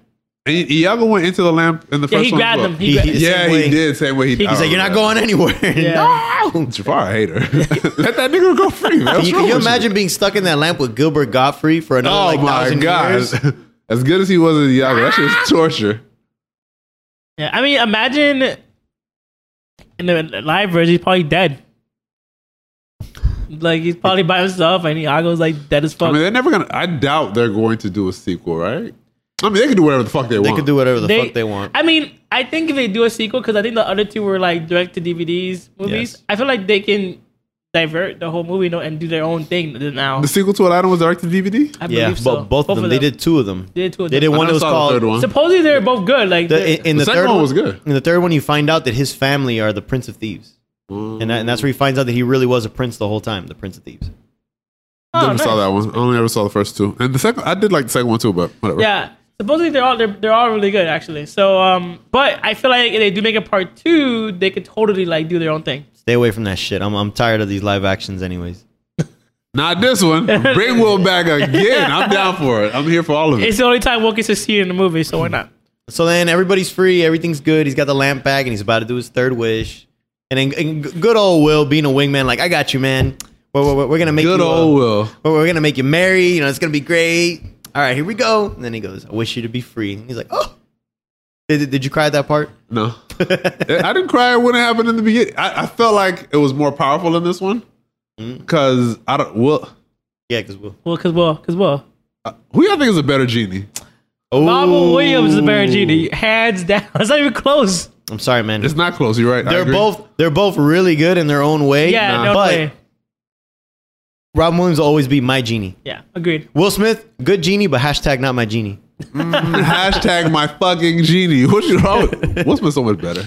[SPEAKER 3] and Iago went into the lamp in the
[SPEAKER 1] yeah.
[SPEAKER 3] first
[SPEAKER 1] He
[SPEAKER 3] one. as
[SPEAKER 1] grabbed
[SPEAKER 3] well.
[SPEAKER 1] him. He gra-
[SPEAKER 2] He-
[SPEAKER 3] yeah,
[SPEAKER 2] Same
[SPEAKER 3] he
[SPEAKER 2] way.
[SPEAKER 3] did. Same way he.
[SPEAKER 1] He's
[SPEAKER 2] He's like, you're not going anywhere.
[SPEAKER 1] Yeah.
[SPEAKER 2] no.
[SPEAKER 3] Jafar, I hate her. Let that nigga go free. Man. What's
[SPEAKER 2] Can you,
[SPEAKER 3] wrong
[SPEAKER 2] can you
[SPEAKER 3] with
[SPEAKER 2] imagine being stuck in that lamp with Gilbert Gottfried for another
[SPEAKER 3] Oh
[SPEAKER 2] like
[SPEAKER 3] my
[SPEAKER 2] thousand
[SPEAKER 3] god.
[SPEAKER 2] years?
[SPEAKER 3] That As good as he was as Iago, that shit was torture.
[SPEAKER 1] Yeah, I mean, imagine in the live version, he's probably dead. Like he's probably by himself, and Iago's like dead as fuck.
[SPEAKER 3] I mean, they're never gonna. I doubt they're going to do a sequel, right? I mean, they could do whatever the fuck they,
[SPEAKER 2] They
[SPEAKER 3] want.
[SPEAKER 2] could do whatever the fuck they want.
[SPEAKER 1] I mean, I think if they do a sequel, because I think the other two were like direct to DVDs movies.
[SPEAKER 2] Yes.
[SPEAKER 1] I feel like they can divert the whole movie you know, and do their own thing now.
[SPEAKER 3] the sequel to Aladdin was directed to DVD.
[SPEAKER 1] I
[SPEAKER 2] yeah,
[SPEAKER 1] believe so.
[SPEAKER 2] but both, of them, They did two of them.
[SPEAKER 1] They did two of
[SPEAKER 2] They
[SPEAKER 1] them.
[SPEAKER 2] did
[SPEAKER 3] I
[SPEAKER 2] one
[SPEAKER 3] never
[SPEAKER 2] that was
[SPEAKER 3] saw the
[SPEAKER 2] called.
[SPEAKER 3] third one.
[SPEAKER 1] Supposedly they're both good. Like
[SPEAKER 2] The, in, in the,
[SPEAKER 3] The second
[SPEAKER 2] third
[SPEAKER 3] one was good.
[SPEAKER 2] In the third one, you find out that his family are the Prince of Thieves, and, that, and that's where he finds out that he really was a prince the whole time, the Prince of Thieves.
[SPEAKER 1] Oh,
[SPEAKER 3] never saw
[SPEAKER 1] nice.
[SPEAKER 3] that one. I only ever saw the first two, and the second. I did like the second one too, but whatever.
[SPEAKER 1] Yeah. Supposedly they're all they're, they're all really good actually. So um, but I feel like if they do make a part two, they could totally like do their own thing.
[SPEAKER 2] Stay away from that shit. I'm I'm tired of these live actions, anyways.
[SPEAKER 3] Not this one. Bring Will back again. I'm down for it. I'm here for all of it.
[SPEAKER 1] It's the only time Wilkins is seen in the movie, so why not?
[SPEAKER 2] So then everybody's free, everything's good. He's got the lamp back, and he's about to do his third wish. And then and g- good old Will being a wingman, like I got you, man. We're, we're, we're gonna make
[SPEAKER 3] Good
[SPEAKER 2] you, uh,
[SPEAKER 3] old Will.
[SPEAKER 2] Well, we're gonna make you marry. You know, it's gonna be great. All right, here we go. And then he goes, "I wish you to be free." And he's like, "Oh, did, did you cry at that part?"
[SPEAKER 3] No, I didn't cry when it happened in the beginning. I, I felt like it was more powerful in this one
[SPEAKER 2] Mm.
[SPEAKER 3] because I don't. Will uh,
[SPEAKER 2] Yeah, because Will.
[SPEAKER 1] Well, cause well, cause well,
[SPEAKER 3] who y'all think is a better genie?
[SPEAKER 2] Oh,
[SPEAKER 1] Robin Williams is a better genie, hands down. It's not even close.
[SPEAKER 2] I'm sorry, man.
[SPEAKER 3] It's not close. You're right. I
[SPEAKER 2] They're
[SPEAKER 3] agree.
[SPEAKER 2] both they're both really good in their own way.
[SPEAKER 1] Yeah, no
[SPEAKER 2] but
[SPEAKER 1] way.
[SPEAKER 2] Robin Williams will always be my genie.
[SPEAKER 1] Yeah, agreed.
[SPEAKER 2] Will Smith, good genie, but hashtag not my genie.
[SPEAKER 3] Hashtag my fucking genie. What's your What's been so much better?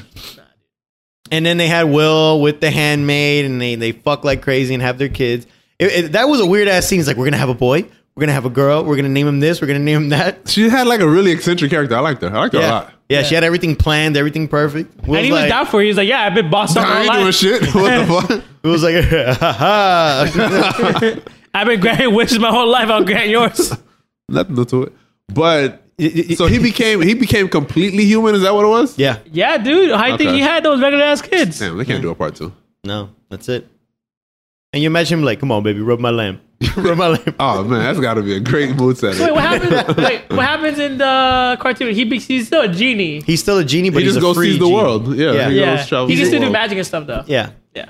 [SPEAKER 2] And then they had Will with the handmaid, and they they fuck like crazy and have their kids. It- it- that was a weird ass scene. It's like we're gonna have a boy, we're gonna have a girl, we're gonna name him this, we're gonna name him that.
[SPEAKER 3] She had like a really eccentric character. I liked her. I liked her
[SPEAKER 2] Yeah.
[SPEAKER 3] a lot.
[SPEAKER 2] yeah, she had everything planned, everything perfect. Will's
[SPEAKER 1] and he was
[SPEAKER 2] like-
[SPEAKER 1] down for it. He was like, "Yeah, I've been bossed up
[SPEAKER 3] I
[SPEAKER 1] all
[SPEAKER 3] ain't doing
[SPEAKER 1] life.
[SPEAKER 3] shit. What the fuck?
[SPEAKER 2] It was like, ha ha.
[SPEAKER 1] I've been granting wishes my whole life. I'll grant yours."
[SPEAKER 3] Nothing to it. But
[SPEAKER 2] Y- y-
[SPEAKER 3] so he became he became completely human. Is that what it was?
[SPEAKER 2] yeah,
[SPEAKER 1] yeah, dude. How you think
[SPEAKER 3] Okay.
[SPEAKER 1] he had those regular ass kids?
[SPEAKER 3] Damn, they can't do a part two.
[SPEAKER 2] no, that's it. And you imagine him like, come on, baby, rub my lamp, rub my lamp.
[SPEAKER 3] Oh man, that's got to be a great mood setter.
[SPEAKER 1] Wait, what happens? wait, what happens in the cartoon? He be, he's still a genie.
[SPEAKER 2] He's still a genie, but
[SPEAKER 3] he
[SPEAKER 2] he's a
[SPEAKER 3] just goes
[SPEAKER 2] free
[SPEAKER 3] sees the
[SPEAKER 2] genie.
[SPEAKER 3] world. Yeah,
[SPEAKER 2] Yeah.
[SPEAKER 3] he
[SPEAKER 1] yeah,
[SPEAKER 3] goes travels
[SPEAKER 1] he can
[SPEAKER 3] the
[SPEAKER 1] still do
[SPEAKER 3] world.
[SPEAKER 1] magic and stuff though.
[SPEAKER 2] Yeah,
[SPEAKER 1] yeah.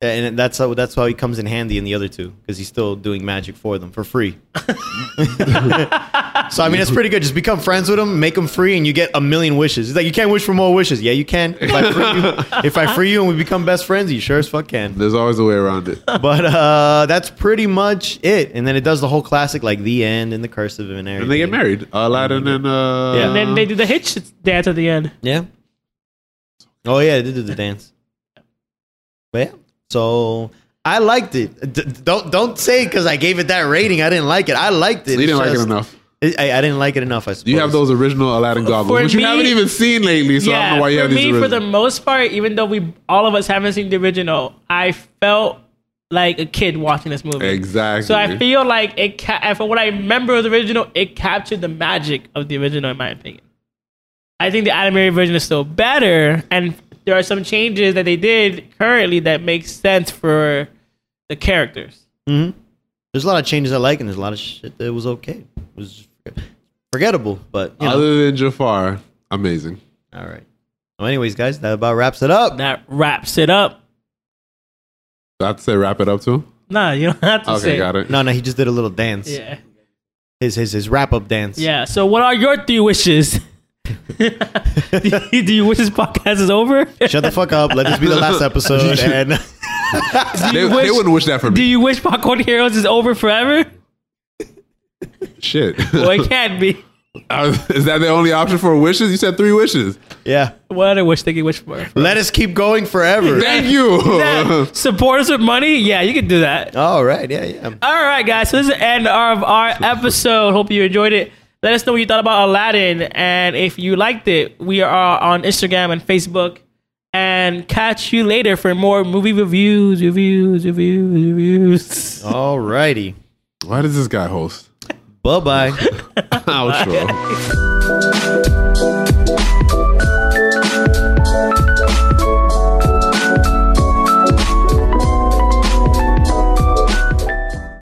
[SPEAKER 2] and that's how that's how he comes in handy in the other two because he's still doing magic for them for free. so I mean, it's pretty good. Just become friends with him, make him free, and you get a million wishes. It's like you can't wish for more wishes. Yeah, you can. If I free you, if I free you and we become best friends, you sure as fuck can.
[SPEAKER 3] There's always a way around it.
[SPEAKER 2] But uh, that's pretty much it. And then it does the whole classic, like the end and the cursive and everything.
[SPEAKER 3] And they get married. Aladdin and uh,
[SPEAKER 2] Yeah.
[SPEAKER 1] And then they do the hitch dance at the end.
[SPEAKER 2] Yeah. Oh yeah, they did do the dance. But yeah, so I liked it. D- don't don't say because I gave it that rating. I didn't like it. I liked it.
[SPEAKER 3] you didn't
[SPEAKER 2] It's
[SPEAKER 3] like it
[SPEAKER 2] just-
[SPEAKER 3] enough.
[SPEAKER 2] It- I, I didn't like it enough. I suppose.
[SPEAKER 3] You have those original Aladdin goblins, which
[SPEAKER 1] me-
[SPEAKER 3] you haven't even seen lately. So I don't know why you
[SPEAKER 1] for
[SPEAKER 3] have
[SPEAKER 1] me,
[SPEAKER 3] these.
[SPEAKER 1] for
[SPEAKER 3] original.
[SPEAKER 1] the most part, even though we all of us haven't seen the original, I felt like a kid watching this movie.
[SPEAKER 3] Exactly.
[SPEAKER 1] So I feel like it. Ca- and from what I remember of the original, it captured the magic of the original, in my opinion. I think the animated version is still better, and there are some changes that they did currently that make sense for the characters.
[SPEAKER 2] There's a lot of changes I like, and there's a lot of shit that was okay. It was forgettable, but you know.
[SPEAKER 3] Other than Jafar, amazing.
[SPEAKER 2] all right. Well, anyways, guys, that about wraps it up.
[SPEAKER 1] That wraps it up.
[SPEAKER 3] Do I have to say wrap it up too?
[SPEAKER 1] Nah, you don't have to
[SPEAKER 3] Okay,
[SPEAKER 1] say.
[SPEAKER 3] got it.
[SPEAKER 2] No, no, he just did a little dance.
[SPEAKER 1] Yeah,
[SPEAKER 2] His his his wrap up dance.
[SPEAKER 1] yeah. So, what are your three wishes? do, you, do you wish this podcast is over?
[SPEAKER 2] Shut the fuck up. Let this be the last episode. And
[SPEAKER 3] They,
[SPEAKER 1] you
[SPEAKER 3] they
[SPEAKER 1] wish-
[SPEAKER 3] wouldn't wish that for
[SPEAKER 1] Do
[SPEAKER 3] me.
[SPEAKER 1] you wish Popcorn Heroes is over forever?
[SPEAKER 3] Shit.
[SPEAKER 1] Well, it can't be.
[SPEAKER 3] Uh, Is that the only option for wishes? You said three wishes.
[SPEAKER 2] yeah,
[SPEAKER 1] What other wish they can wish for?
[SPEAKER 2] let us keep going forever.
[SPEAKER 3] Thank you.
[SPEAKER 1] Yeah, support us with money. Yeah, you can do that.
[SPEAKER 2] All right. Yeah, yeah.
[SPEAKER 1] All right, guys. So this is the end of our episode. Hope you enjoyed it. Let us know what you thought about Aladdin, and if you liked it, we are on Instagram and Facebook. And catch you later for more movie reviews, reviews, reviews, reviews.
[SPEAKER 2] All righty.
[SPEAKER 3] Why does this guy host?
[SPEAKER 2] Bye bye.
[SPEAKER 3] Outro.